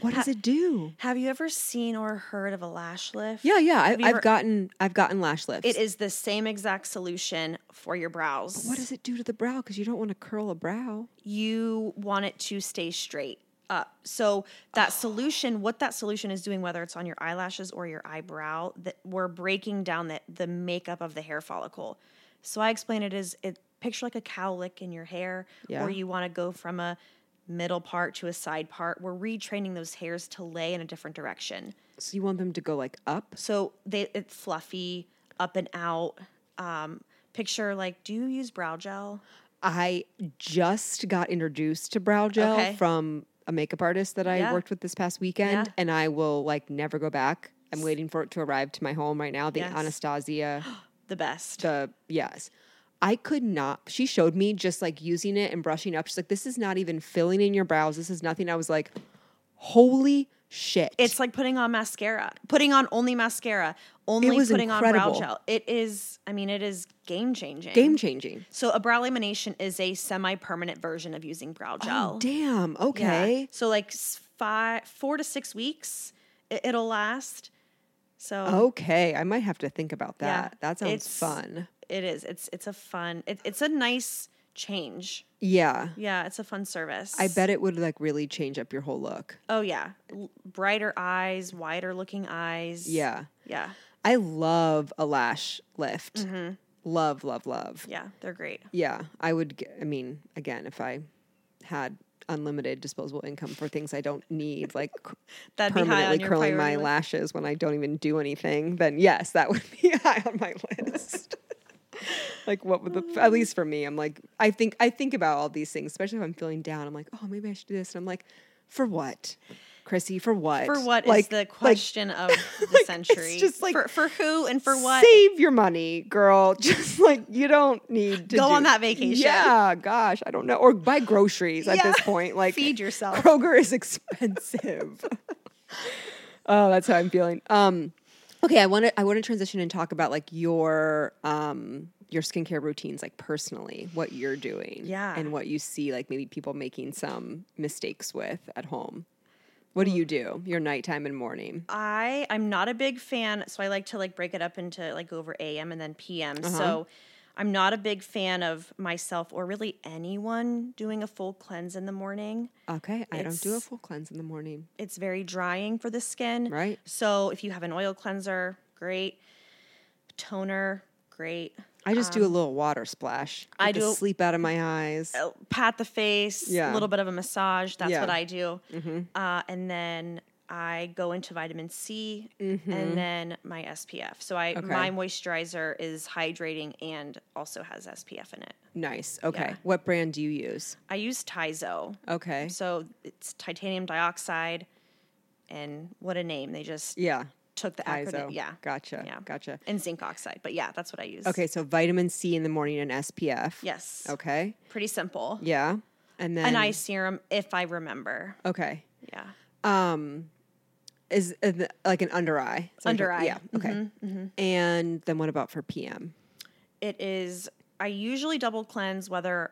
S1: What does
S2: Ha-
S1: it do?
S2: Have you ever seen or heard of a lash lift?
S1: Yeah, yeah. I,
S2: Have you ever-
S1: I've gotten I've gotten lash lifts.
S2: It is the same exact solution for your brows.
S1: What does it do to the brow? Because you don't want to curl a brow.
S2: you want it to stay straight up. So that
S1: Oh.
S2: solution, what that solution is doing, whether it's on your eyelashes or your eyebrow, that we're breaking down the, the makeup of the hair follicle. So I explain it as it picture like a cowlick in your hair,
S1: Yeah.
S2: or you want to go from a middle part to a side part. We're retraining those hairs to lay in a different direction.
S1: So you want them to go like up.
S2: So they it's fluffy, up and out. Um, picture like, do you use brow gel?
S1: I just got introduced to brow gel
S2: Okay.
S1: from a makeup artist that I
S2: Yeah.
S1: worked with this past weekend,
S2: Yeah.
S1: and I will like never go back. I'm waiting for it to arrive to my home right now. The
S2: Yes.
S1: Anastasia,
S2: The best.
S1: the yes. I could not. She showed me just like using it and brushing up. She's like, "This is not even filling in your brows. This is nothing." I was like, "Holy shit!"
S2: It's like putting on mascara, putting on only mascara, only
S1: was
S2: putting on
S1: incredible.
S2: brow gel. It is, I mean, it is game changing.
S1: game changing.
S2: So a brow lamination is a semi permanent version of using brow gel.
S1: Oh, damn.
S2: Yeah.
S1: Okay.
S2: So like s- five, four to six weeks, it, it'll last. So
S1: Oh. Okay, I might have to think about
S2: Yeah,
S1: that. That sounds
S2: it's-
S1: fun.
S2: it is. It's it's a fun. It, it's a nice change.
S1: Yeah.
S2: Yeah, it's a fun service.
S1: I bet it would like really change up your whole look.
S2: Oh yeah, L- brighter eyes, wider looking eyes.
S1: Yeah.
S2: Yeah.
S1: I love a lash lift. Love, love, love.
S2: Yeah. They're great.
S1: Yeah, I would g- I mean, again, if I had unlimited disposable income for things I don't need, like c-
S2: That'd be high
S1: permanently
S2: on your
S1: curling my
S2: priority list.
S1: lashes when I don't even do anything, then yes, that would be high on my list. like what would the at
S2: Um.
S1: least for me, I'm like I think I think about all these things, especially if I'm feeling down. I'm like, oh, maybe I should do this, and I'm like, for what, Chrissy? For what?
S2: For what is
S1: Like-
S2: the
S1: like,
S2: question of the
S1: like, it's
S2: century?
S1: just like-
S2: for, for who and for what?
S1: Save your money, girl. Just like you don't need to
S2: Go
S1: do-
S2: on that vacation.
S1: Yeah, gosh, I don't know. Or buy groceries at
S2: Yeah.
S1: this point. Like
S2: Feed yourself.
S1: Kroger is expensive. oh, that's how I'm feeling. Um, okay, I want to I want to transition and talk about like your um your skincare routines, like personally, what you're doing,
S2: Yeah.
S1: and what you see, like maybe people making some mistakes with at home. What do you do? Your nighttime and morning.
S2: I I'm not a big fan, so I like to like break it up into like over AM and then PM.
S1: Uh-huh.
S2: So I'm not a big fan of myself or really anyone doing a full cleanse in the morning.
S1: Okay, I don't do a
S2: It's-
S1: full cleanse in the morning.
S2: It's very drying for the skin.
S1: Right.
S2: So if you have an oil cleanser, great. Toner, great.
S1: I just do a little water splash.
S2: Um, I
S1: Get the
S2: do a-
S1: sleep out of my eyes.
S2: uh, pat the face, a
S1: Yeah.
S2: little bit of a massage. That's
S1: Yeah. Mm-hmm.
S2: what I do. Uh, and then I go into vitamin C
S1: Mm-hmm.
S2: and then my SPF. So I my moisturizer is hydrating and also has SPF in it.
S1: Nice. Okay.
S2: Yeah.
S1: What brand do you use?
S2: I use Tizo.
S1: Okay.
S2: So it's titanium dioxide and what a name. They just
S1: Yeah.
S2: took the
S1: Iso.
S2: acronym. Yeah.
S1: Gotcha.
S2: Yeah.
S1: Gotcha.
S2: And zinc oxide. But yeah, that's what I use.
S1: Okay. So vitamin C in the morning and SPF.
S2: Yes.
S1: Okay.
S2: Pretty simple.
S1: Yeah. And then
S2: An eye serum if I remember.
S1: Okay.
S2: Yeah.
S1: Um, is uh, the- like an under eye. Is that what
S2: Under
S1: you're-
S2: eye. Mm-hmm,
S1: Yeah. Okay. And then what about for PM?
S2: it is i usually double cleanse whether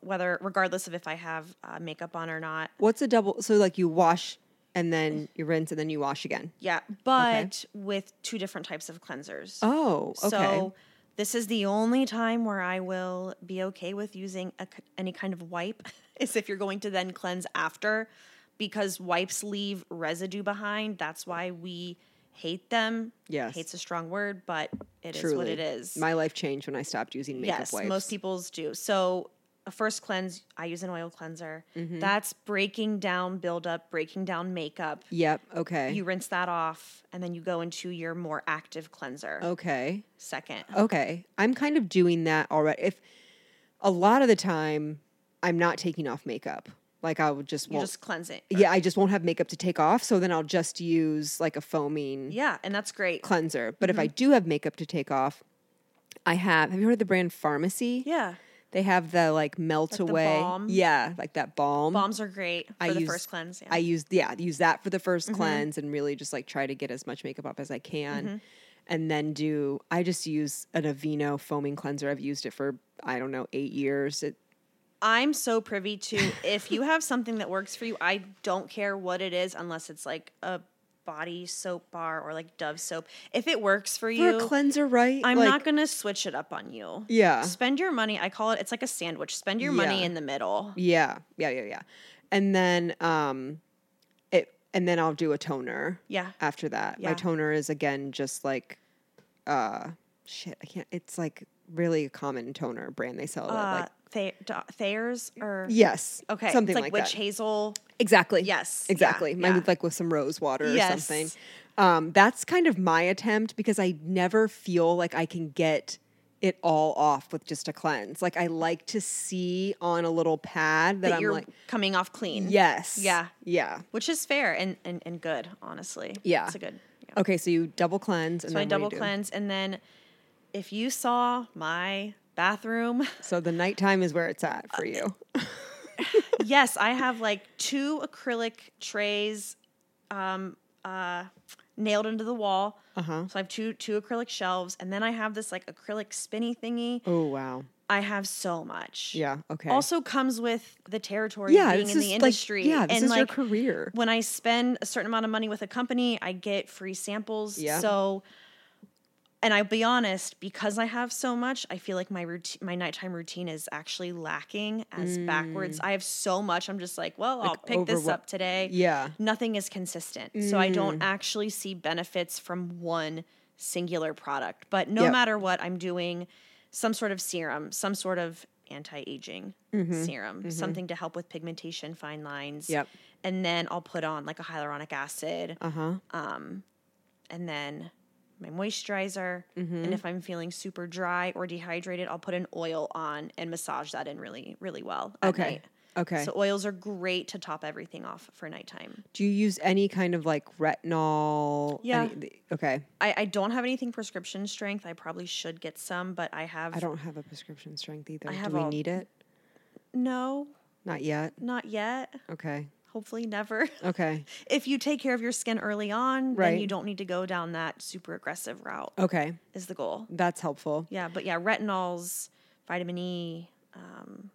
S2: whether regardless of if i have uh, makeup on or not
S1: What's a double? So like you wash and then you rinse and then you wash again.
S2: yeah but with two different types of cleansers
S1: Oh. Okay.
S2: so this is the only time where i will be okay with using a, k- any kind of wipe is if you're going to then cleanse after because wipes leave residue behind that's why we hate them
S1: Yes.
S2: hate's a strong word but it is what it is
S1: My life changed when I stopped using makeup
S2: yes,
S1: wipes.
S2: most people's do. So a first cleanse, I use an oil cleanser.
S1: Mm-hmm.
S2: That's breaking down buildup, breaking down makeup.
S1: Yep. Okay.
S2: You rinse that off, and then you go into your more active cleanser.
S1: Oh. okay.
S2: Second,
S1: Oh, Okay. I'm kind of doing that already. If a lot of the time I'm not taking off makeup. Like I would just
S2: you
S1: won't
S2: just cleanse it.
S1: Yeah, I just won't have makeup to take off, so then I'll just use like a foaming
S2: Yeah, Mm-hmm. and that's great.
S1: cleanser. But if I do have makeup to take off, I have have you heard of the brand Pharmacy?
S2: yeah,
S1: They have the like melt
S2: the
S1: away.
S2: balm?
S1: Yeah, like that balm.
S2: bombs are great for
S1: I
S2: the
S1: use-
S2: first cleanse. Yeah. Mm-hmm.
S1: I use yeah, use that for the 1st cleanse and really just like try to get as much makeup up as I can. and then do I just use an Aveeno foaming cleanser. I've used it for I don't know 8 years. It
S2: I'm so privy to if you have something that works for you, I don't care what it is unless it's like a body soap bar or like Dove soap. If it works for
S1: for
S2: you,
S1: a cleanser, right?
S2: I'm
S1: Like,
S2: not going to switch it up on you.
S1: Yeah.
S2: Spend your money. I call it it's like a sandwich. Spend your money
S1: Yeah.
S2: in the middle.
S1: Yeah. Yeah, yeah, yeah. And then um it and then I'll do a toner
S2: Yeah.
S1: after that.
S2: Yeah.
S1: My toner is again just like uh shit, I can't it's like really a common toner brand they sell it at,
S2: Uh,
S1: like
S2: Tha- Da- Thayer's or
S1: Yes.
S2: okay,
S1: Something
S2: it's like,
S1: like,
S2: witch
S1: that.
S2: hazel.
S1: Exactly.
S2: Yes, yeah,
S1: Exactly. Maybe
S2: yeah.
S1: like with some rose water
S2: Yes.
S1: or something. Um, that's kind of my attempt because I never feel like I can get it all off with just a cleanse. Like I like to see on a little pad that,
S2: That,
S1: I'm
S2: you're
S1: like,
S2: coming off clean.
S1: yes,
S2: Yeah.
S1: yeah.
S2: which is fair and and, and good, honestly.
S1: Yeah.
S2: it's a good. Yeah.
S1: Okay, so you double cleanse and
S2: So I
S1: then
S2: double
S1: what do you do?
S2: cleanse, and then if you saw my bathroom,
S1: So the nighttime is where it's at
S2: Uh,
S1: for you.
S2: yes, I have like two acrylic trays, um, uh, nailed into the wall.
S1: Uh huh.
S2: So I have two two acrylic shelves, and then I have this like acrylic spinny thingy.
S1: Oh wow.
S2: I have so much.
S1: Yeah. Okay.
S2: Also comes with the territory
S1: yeah,
S2: of being
S1: this
S2: in
S1: is
S2: the
S1: like-
S2: industry.
S1: yeah, this
S2: and
S1: is
S2: like
S1: your career.
S2: when I spend a certain amount of money with a company, I get free samples.
S1: Yeah.
S2: So and I'll be honest, because I have so much, I feel like my routine, my nighttime routine is actually lacking as backwards. I have so much. I'm just like, well, I'll pick
S1: Mm.
S2: this
S1: overwhel-
S2: up today.
S1: Yeah.
S2: Nothing is consistent. So I
S1: Mm.
S2: don't actually see benefits from one singular product. But no
S1: Yep.
S2: matter what, I'm doing some sort of serum, some sort of anti aging serum, something to help with pigmentation, fine lines.
S1: Mm-hmm. Yep.
S2: And then I'll put on like a hyaluronic acid um,
S1: Uh huh.
S2: and then my moisturizer.
S1: Mm-hmm.
S2: And if I'm feeling super dry or dehydrated, I'll put an oil on and massage that in really, really well. at
S1: Okay.
S2: night.
S1: Okay.
S2: So oils are great to top everything off for nighttime.
S1: Do you use any kind of like retinol?
S2: Yeah.
S1: any- okay.
S2: I, I don't have anything prescription strength. I probably should get some, but I have
S1: I don't have a prescription strength either.
S2: have
S1: Do we
S2: all-
S1: need it?
S2: no,
S1: Not yet.
S2: not yet.
S1: Okay.
S2: Hopefully never.
S1: Okay.
S2: if you take care of your skin early on, then
S1: Right.
S2: you don't need to go down that super aggressive route
S1: Okay.
S2: is the goal.
S1: That's helpful.
S2: Yeah, but yeah, retinols, vitamin E, um,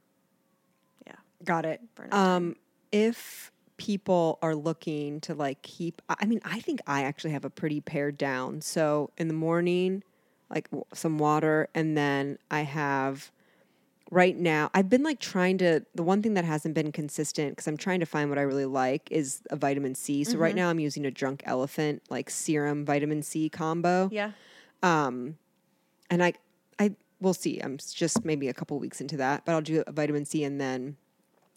S2: yeah.
S1: Got it.
S2: For next time.
S1: Um, if people are looking to like keep, I I mean, I think I actually have a pretty pared down. So in the morning, like w- some water, and then I have right now, I've been like trying to, the one thing that hasn't been consistent because I'm trying to find what I really like is a vitamin C. So
S2: Mm-hmm.
S1: right now I'm using a drunk elephant like serum vitamin C combo.
S2: Yeah.
S1: and I, I we'll see. I'm s- just maybe a couple weeks into that, but I'll do a vitamin C and then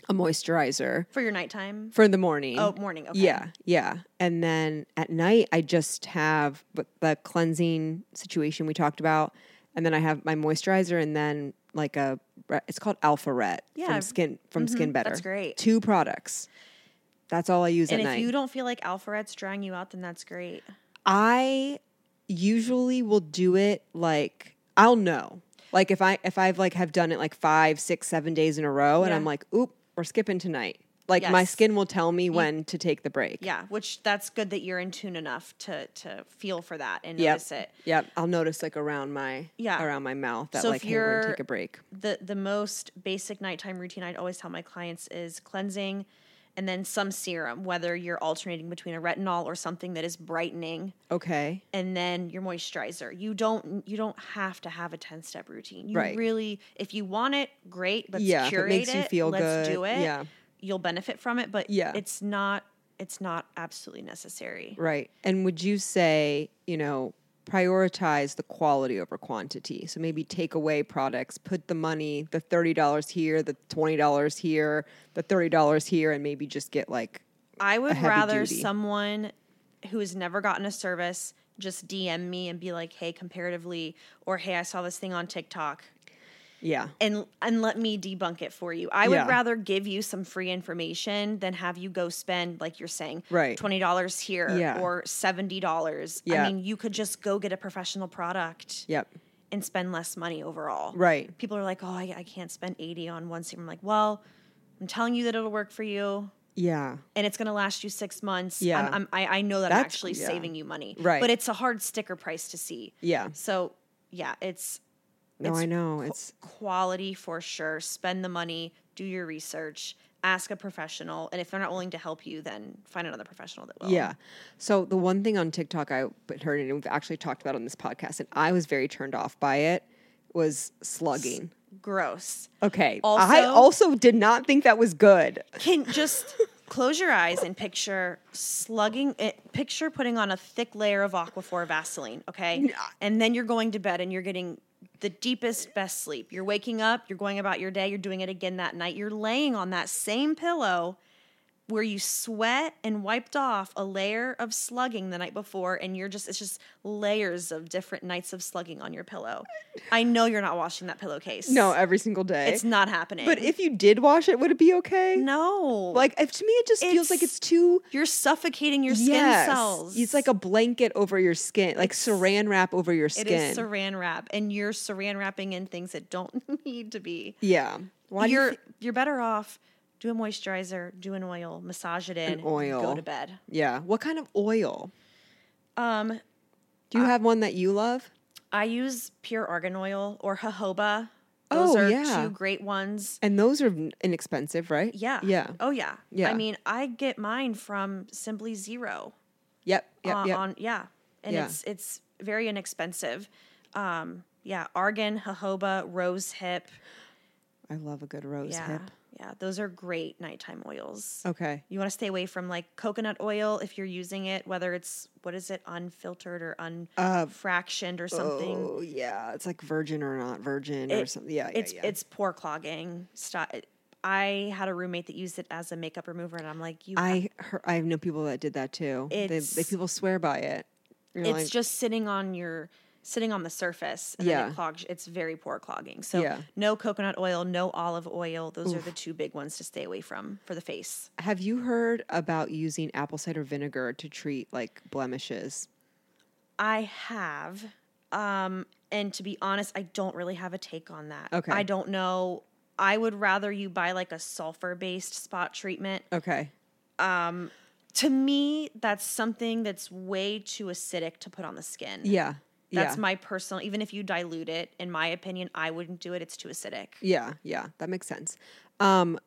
S1: a moisturizer
S2: For your nighttime.
S1: for the morning.
S2: Oh, morning. Okay.
S1: yeah, yeah. And then at night, I just have b- the cleansing situation we talked about, and then I have my moisturizer, and then like a re- it's called Alpha Ret
S2: Yeah. Mm-hmm.
S1: from Skin from Skin Better.
S2: that's great.
S1: Two products. That's all I use
S2: And
S1: at
S2: if
S1: night.
S2: you don't feel like Alpharet's drying you out, then that's great.
S1: I usually will do it like I'll know. Like if I if I've like have done it like five, six, seven days in a row and
S2: Yeah.
S1: I'm like, oop, we're skipping tonight. Like my
S2: Yes.
S1: skin will tell me when to take the break.
S2: Yeah, which that's good that you're in tune enough to to feel for that and
S1: Yep.
S2: notice it.
S1: Yep. I'll notice like around my
S2: Yeah.
S1: around my mouth that
S2: So if
S1: like hey, we're gonna
S2: you're-
S1: take a break.
S2: The the most basic nighttime routine I'd always tell my clients is cleansing and then some serum, whether you're alternating between a retinol or something that is brightening
S1: Okay.
S2: and then your moisturizer. You don't you don't have to have a 10-step routine. You
S1: Right.
S2: really if you want it, great, let's
S1: Yeah, if it
S2: curate
S1: makes you
S2: it,
S1: feel
S2: let's
S1: good,
S2: do it.
S1: yeah.
S2: You'll benefit from it, but
S1: Yeah.
S2: it's not it's not absolutely necessary.
S1: Right. And would you say, you know, prioritize the quality over quantity? So maybe take away products, put the money, the $30 here, the $20 here, the $30 here, and maybe just get like,
S2: I would
S1: heavy
S2: rather
S1: duty.
S2: someone who has never gotten a service just DM me and be like, "Hey, comparatively," or "Hey, I saw this thing on TikTok,"
S1: yeah.
S2: and and let me debunk it for you. I would
S1: Yeah.
S2: rather give you some free information than have you go spend like you're saying,
S1: Right.
S2: twenty dollars here
S1: Yeah.
S2: or seventy dollars.
S1: Yeah.
S2: I mean, you could just go get a professional product
S1: Yep.
S2: and spend less money overall.
S1: Right.
S2: People are like, "Oh, I, I can't spend eighty on one serum." I'm like, well, I'm telling you that it'll work for you.
S1: Yeah.
S2: and it's going to last you six months.
S1: Yeah.
S2: I'm, I'm, I, I know that I'm
S1: That's-
S2: actually
S1: yeah.
S2: saving you money.
S1: Right.
S2: But it's a hard sticker price to see.
S1: Yeah.
S2: So, yeah, it's
S1: No,
S2: It's
S1: I know. It's
S2: quality for sure. Spend the money, do your research, ask a professional. And if they're not willing to help you, then find another professional that will.
S1: Yeah. So the one thing on TikTok I but heard and we've actually talked about on this podcast, and I was very turned off by it, was slugging.
S2: Gross.
S1: Okay. I
S2: Also-
S1: also did not think that was good.
S2: Can just close your eyes and picture slugging it, picture putting on a thick layer of Aquaphor Vaseline, okay? And then you're going to bed and you're getting the deepest, best sleep. You're waking up, you're going about your day, you're doing it again that night. You're laying on that same pillow where you sweat and wiped off a layer of slugging the night before and you're just it's just layers of different nights of slugging on your pillow. I know you're not washing that pillowcase.
S1: No, every single day.
S2: it's not happening.
S1: but if you did wash it, would it be okay?
S2: no.
S1: Like if, to me, it just feels like
S2: It's-
S1: it's too.
S2: You're suffocating your skin
S1: Yes.
S2: cells.
S1: It's like a blanket over your skin, like saran wrap over your
S2: it
S1: skin.
S2: is saran wrap, and you're saran wrapping in things that don't need to be.
S1: yeah. Why do you
S2: you're
S1: thi-
S2: you're better off do a moisturizer, do an oil, massage it in,
S1: An oil.
S2: go to bed.
S1: yeah. What kind of oil?
S2: Um,
S1: Do you have one that you love?
S2: I use pure argan oil or jojoba.
S1: Oh,
S2: Those are
S1: yeah.
S2: two great ones.
S1: And those are n- inexpensive, right?
S2: Yeah.
S1: Yeah.
S2: Oh yeah.
S1: Yeah.
S2: I mean, I get mine from Simply Zero.
S1: Yep. Yep.
S2: uh,
S1: yep.
S2: on yeah and
S1: Yeah.
S2: it's it's very inexpensive um yeah argan jojoba rose hip
S1: I love a good rose
S2: yeah
S1: hip.
S2: yeah those are great nighttime oils
S1: Okay.
S2: you want to stay away from like coconut oil if you're using it whether it's what is it unfiltered or
S1: Uh,
S2: unfractioned or something
S1: Oh yeah, it's like virgin or not virgin or
S2: It-
S1: something. Yeah, yeah,
S2: it's
S1: yeah.
S2: it's pore clogging stuff i had a roommate that used it as a makeup remover and i'm like you
S1: I heard, I know people that did that too. They, they
S2: It's-
S1: people swear by it. You're
S2: it's
S1: like,
S2: just sitting on your sitting on the surface and then
S1: Yeah.
S2: it clogs it's very poor clogging so
S1: Yeah.
S2: no coconut oil no olive oil those are the two big ones to stay away from for the face
S1: have you heard about using apple cider vinegar to treat like blemishes?
S2: i have um and to be honest i don't really have a take on that
S1: Okay.
S2: i don't know i would rather you buy like a sulfur based spot treatment
S1: Okay.
S2: to me that's something that's way too acidic to put on the skin
S1: Yeah.
S2: that's
S1: yeah.
S2: my personal even if you dilute it in my opinion i wouldn't do it it's too acidic
S1: Yeah, yeah, that makes sense. Um,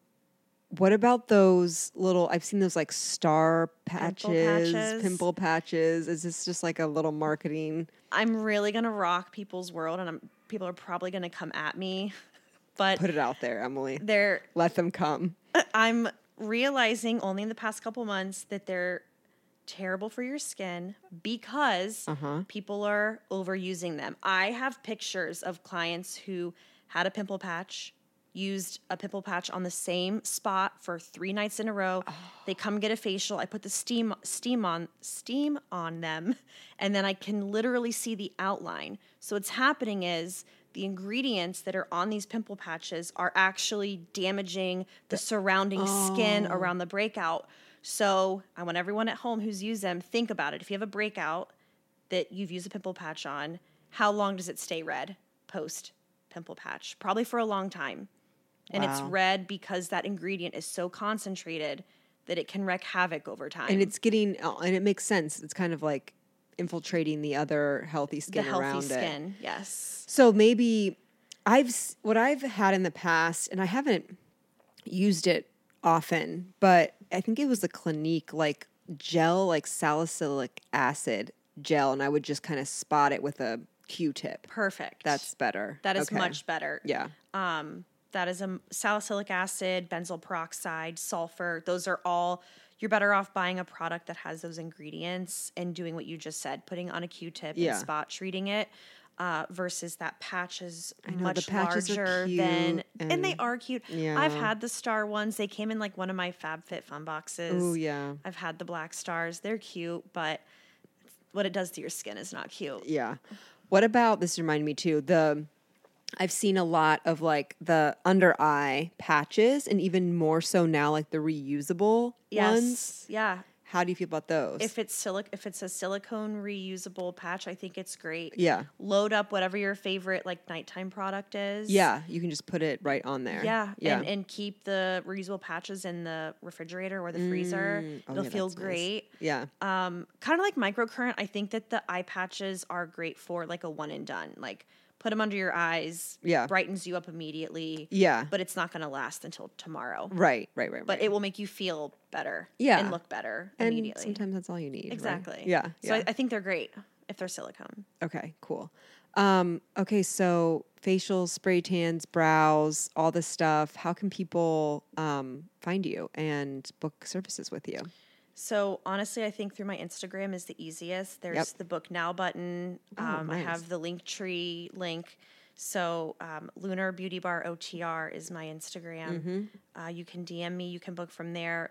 S1: what about those little? I've seen those like star patches,
S2: Pimple
S1: pimple patches.
S2: patches.
S1: Is this just like a little marketing?
S2: I'm really gonna rock people's world, and I'm, people are probably gonna come at me, but
S1: Put it out there, Emily.
S2: they're
S1: Let them come.
S2: I'm realizing only in the past couple months that they're terrible for your skin because people are overusing them. I have pictures of clients who had a pimple patch, used a pimple patch on the same spot for 3 nights in a row. They come get a facial, I put the steam steam on steam on them, and then I can literally see the outline. So what's happening is the ingredients that are on these pimple patches are actually damaging the surrounding skin
S1: oh.
S2: around the breakout. So I want everyone at home who's used them, think about it. If you have a breakout that you've used a pimple patch on, how long does it stay red post pimple patch? Probably for a long time. And it's
S1: Wow.
S2: red because that ingredient is so concentrated that it can wreak havoc over time.
S1: And it's getting, uh, and it makes sense. It's kind of like infiltrating the other healthy
S2: the
S1: skin
S2: healthy
S1: around it.
S2: skin. Yes.
S1: So maybe I've s- what I've had in the past, and I haven't used it often, but I think it was the Clinique like gel, like salicylic acid gel, and I would just kind of spot it with a Q-tip.
S2: Perfect.
S1: That's better.
S2: that is
S1: Okay.
S2: much better.
S1: Yeah.
S2: that is a m- salicylic acid, benzyl peroxide, sulfur. Those are all you're better off buying a product that has those ingredients and doing what you just said, putting on a Q-tip
S1: Yeah.
S2: and spot treating it. Uh, versus that patch is
S1: know, the
S2: much
S1: patches are
S2: larger
S1: cute
S2: than, and, they
S1: and-
S2: are cute.
S1: Yeah.
S2: I've had the star ones. They came in like one of my FabFitFun boxes.
S1: Oh yeah.
S2: I've had the black stars. They're cute, but what it does to your skin is not cute.
S1: Yeah. What about this reminded me too, the I've seen a lot of like the under eye patches and even more so now like the reusable
S2: Yes,
S1: ones.
S2: yeah.
S1: How do you feel about those?
S2: If it's silic, if it's a silicone reusable patch, I think it's great.
S1: yeah.
S2: Load up whatever your favorite like nighttime product is.
S1: Yeah, you can just put it right on there.
S2: Yeah,
S1: Yeah.
S2: And, and keep the reusable patches in the refrigerator or the freezer.
S1: Mm. Oh,
S2: It'll
S1: yeah,
S2: feel
S1: that's nice.
S2: great.
S1: yeah.
S2: Um, kind of like microcurrent, I think that the eye patches are great for like a one and done. Like put them under your eyes,
S1: Yeah.
S2: brightens you up immediately,
S1: Yeah.
S2: but it's not going to last until tomorrow.
S1: right, right, right,
S2: But
S1: right.
S2: it will make you feel better,
S1: Yeah.
S2: and look better
S1: and
S2: immediately.
S1: sometimes that's all you need. right?
S2: exactly.
S1: Yeah.
S2: So
S1: yeah.
S2: I, I think they're great if they're silicone.
S1: Okay, cool. Um, okay, so facials, spray tans, brows, all this stuff. How can people um, find you and book services with you?
S2: So honestly, I think through my Instagram is the easiest. There's the book now button.
S1: Oh,
S2: um, I
S1: nice.
S2: have the link tree link. So um, Lunar Beauty Bar OTR is my Instagram.
S1: Mm-hmm.
S2: Uh, you can DM me. You can book from there.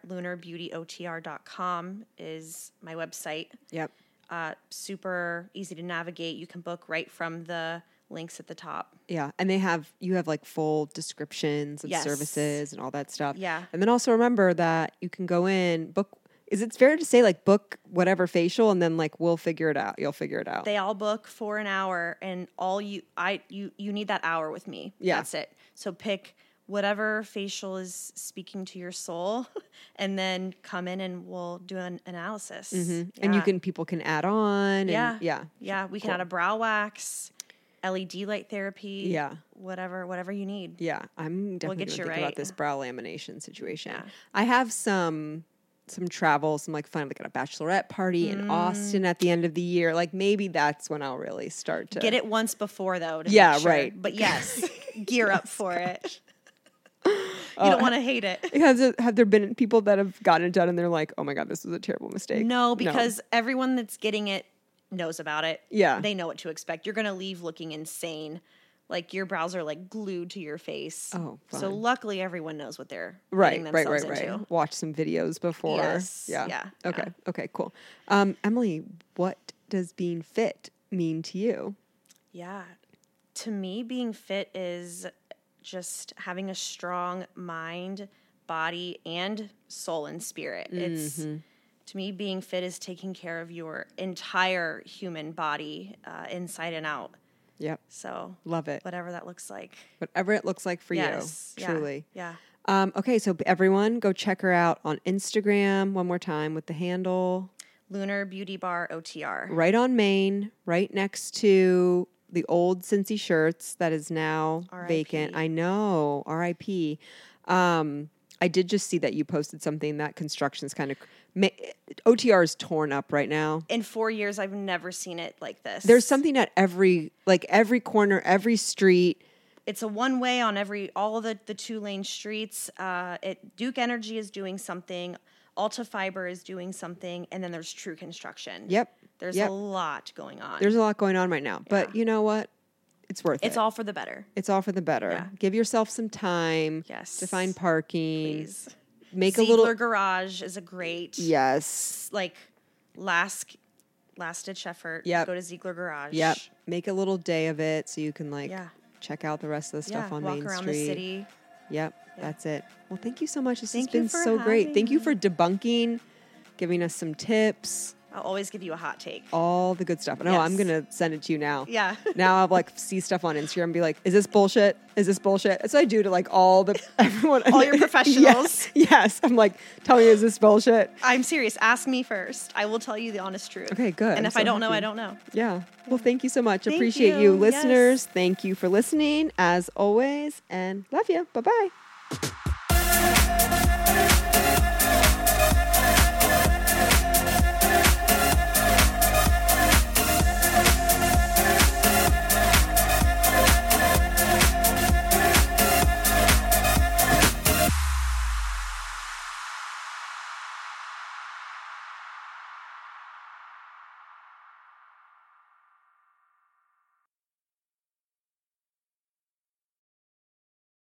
S2: LunarBeautyOTR.com is my website.
S1: Yep.
S2: Uh, super easy to navigate. You can book right from the links at the top.
S1: Yeah, and they have you have like full descriptions of
S2: Yes.
S1: services and all that stuff.
S2: Yeah.
S1: and then also remember that you can go in book. Is it fair to say like book whatever facial and then like we'll figure it out. You'll figure it out.
S2: they all book for an hour and all you i you you need that hour with me
S1: Yeah.
S2: that's it so pick whatever facial is speaking to your soul and then come in and we'll do an analysis
S1: Mhm. And you
S2: Yeah.
S1: can people can add on. And,
S2: yeah
S1: yeah,
S2: yeah we can add a brow wax led light therapy
S1: Yeah.
S2: whatever whatever you need
S1: Yeah, I'm definitely gonna
S2: get you
S1: think about
S2: right.
S1: this brow lamination situation.
S2: Yeah.
S1: I have some some travel, some like fun, like at a bachelorette party
S2: Mm.
S1: in Austin at the end of the year. Like maybe that's when I'll really start to
S2: Get it once before though. To make
S1: Yeah,
S2: sure.
S1: right.
S2: But yes, gear up for it.
S1: Oh,
S2: you don't want to hate it.
S1: Has it, have there been people that have gotten it done and they're like, oh my god, this was a terrible mistake?
S2: No, because everyone that's getting it knows about it.
S1: Yeah.
S2: They know what to expect. You're going to leave looking insane. Like your brows are like glued to your face.
S1: Oh,
S2: So
S1: fun.
S2: luckily everyone knows what they're
S1: right,
S2: getting
S1: right,
S2: themselves
S1: right, right.
S2: into.
S1: Watch some videos before.
S2: Yes,
S1: Yeah.
S2: yeah,
S1: Okay. Okay. Cool. Um, Emily, what does being fit mean to you?
S2: Yeah. To me, being fit is just having a strong mind, body, and soul and spirit. It's
S1: Mm-hmm.
S2: to me, being fit is taking care of your entire human body, uh, inside and out.
S1: Yep.
S2: So,
S1: Love it.
S2: whatever that looks like.
S1: Whatever it looks like for
S2: Yes.
S1: you.
S2: yeah,
S1: Truly.
S2: Yeah.
S1: Um, okay, so everyone go check her out on Instagram one more time with the handle
S2: Lunar Beauty Bar OTR.
S1: right on Main, right next to the old Cincy shirts that is now vacant.
S2: RIP.
S1: I know, RIP. Um, I did just see that you posted something that construction's kind of ma- OTR is torn up right now.
S2: In four years, I've never seen it like this.
S1: There's something at every like every corner, every street.
S2: It's a one way on every all the the two lane streets. Uh, it Duke Energy is doing something. Alta Fiber is doing something, and then there's True Construction.
S1: Yep,
S2: There's
S1: yep.
S2: a lot going on.
S1: There's a lot going on right now, but you know what? It's worth it.
S2: it's all for the better.
S1: It's all for the better. Give yourself some time
S2: Yes.
S1: to find parking.
S2: Please.
S1: Make
S2: Ziegler
S1: a little
S2: Garage is a great
S1: yes.
S2: like last last ditch effort.
S1: Yep.
S2: Go to Ziegler Garage.
S1: Yep. Make a little day of it so you can like
S2: Yeah.
S1: check out the rest of the
S2: Yeah.
S1: stuff on
S2: Walk
S1: Main
S2: around
S1: Street.
S2: the city.
S1: Yep. That's it. Well, thank you so much. This
S2: Thank
S1: has
S2: you
S1: been
S2: for
S1: so great.
S2: having
S1: Thank you for debunking, giving us some tips,
S2: I'll always give you a hot take.
S1: all the good stuff. No, I'm
S2: Yes.
S1: gonna send it to you now.
S2: Yeah.
S1: now I'll like see stuff on Instagram and be like, is this bullshit? Is this bullshit? That's what I do to like all the everyone
S2: All your
S1: Yes,
S2: professionals.
S1: yes. I'm like, tell me is this bullshit?
S2: I'm serious. Ask me first. I will tell you the honest truth.
S1: Okay, good. I'm
S2: And if
S1: so
S2: I don't know, I
S1: happy.
S2: don't know.
S1: Yeah. Well, thank you so much.
S2: Thank
S1: Appreciate you,
S2: you.
S1: listeners.
S2: Yes.
S1: Thank you for listening, as always, and love you. Bye bye.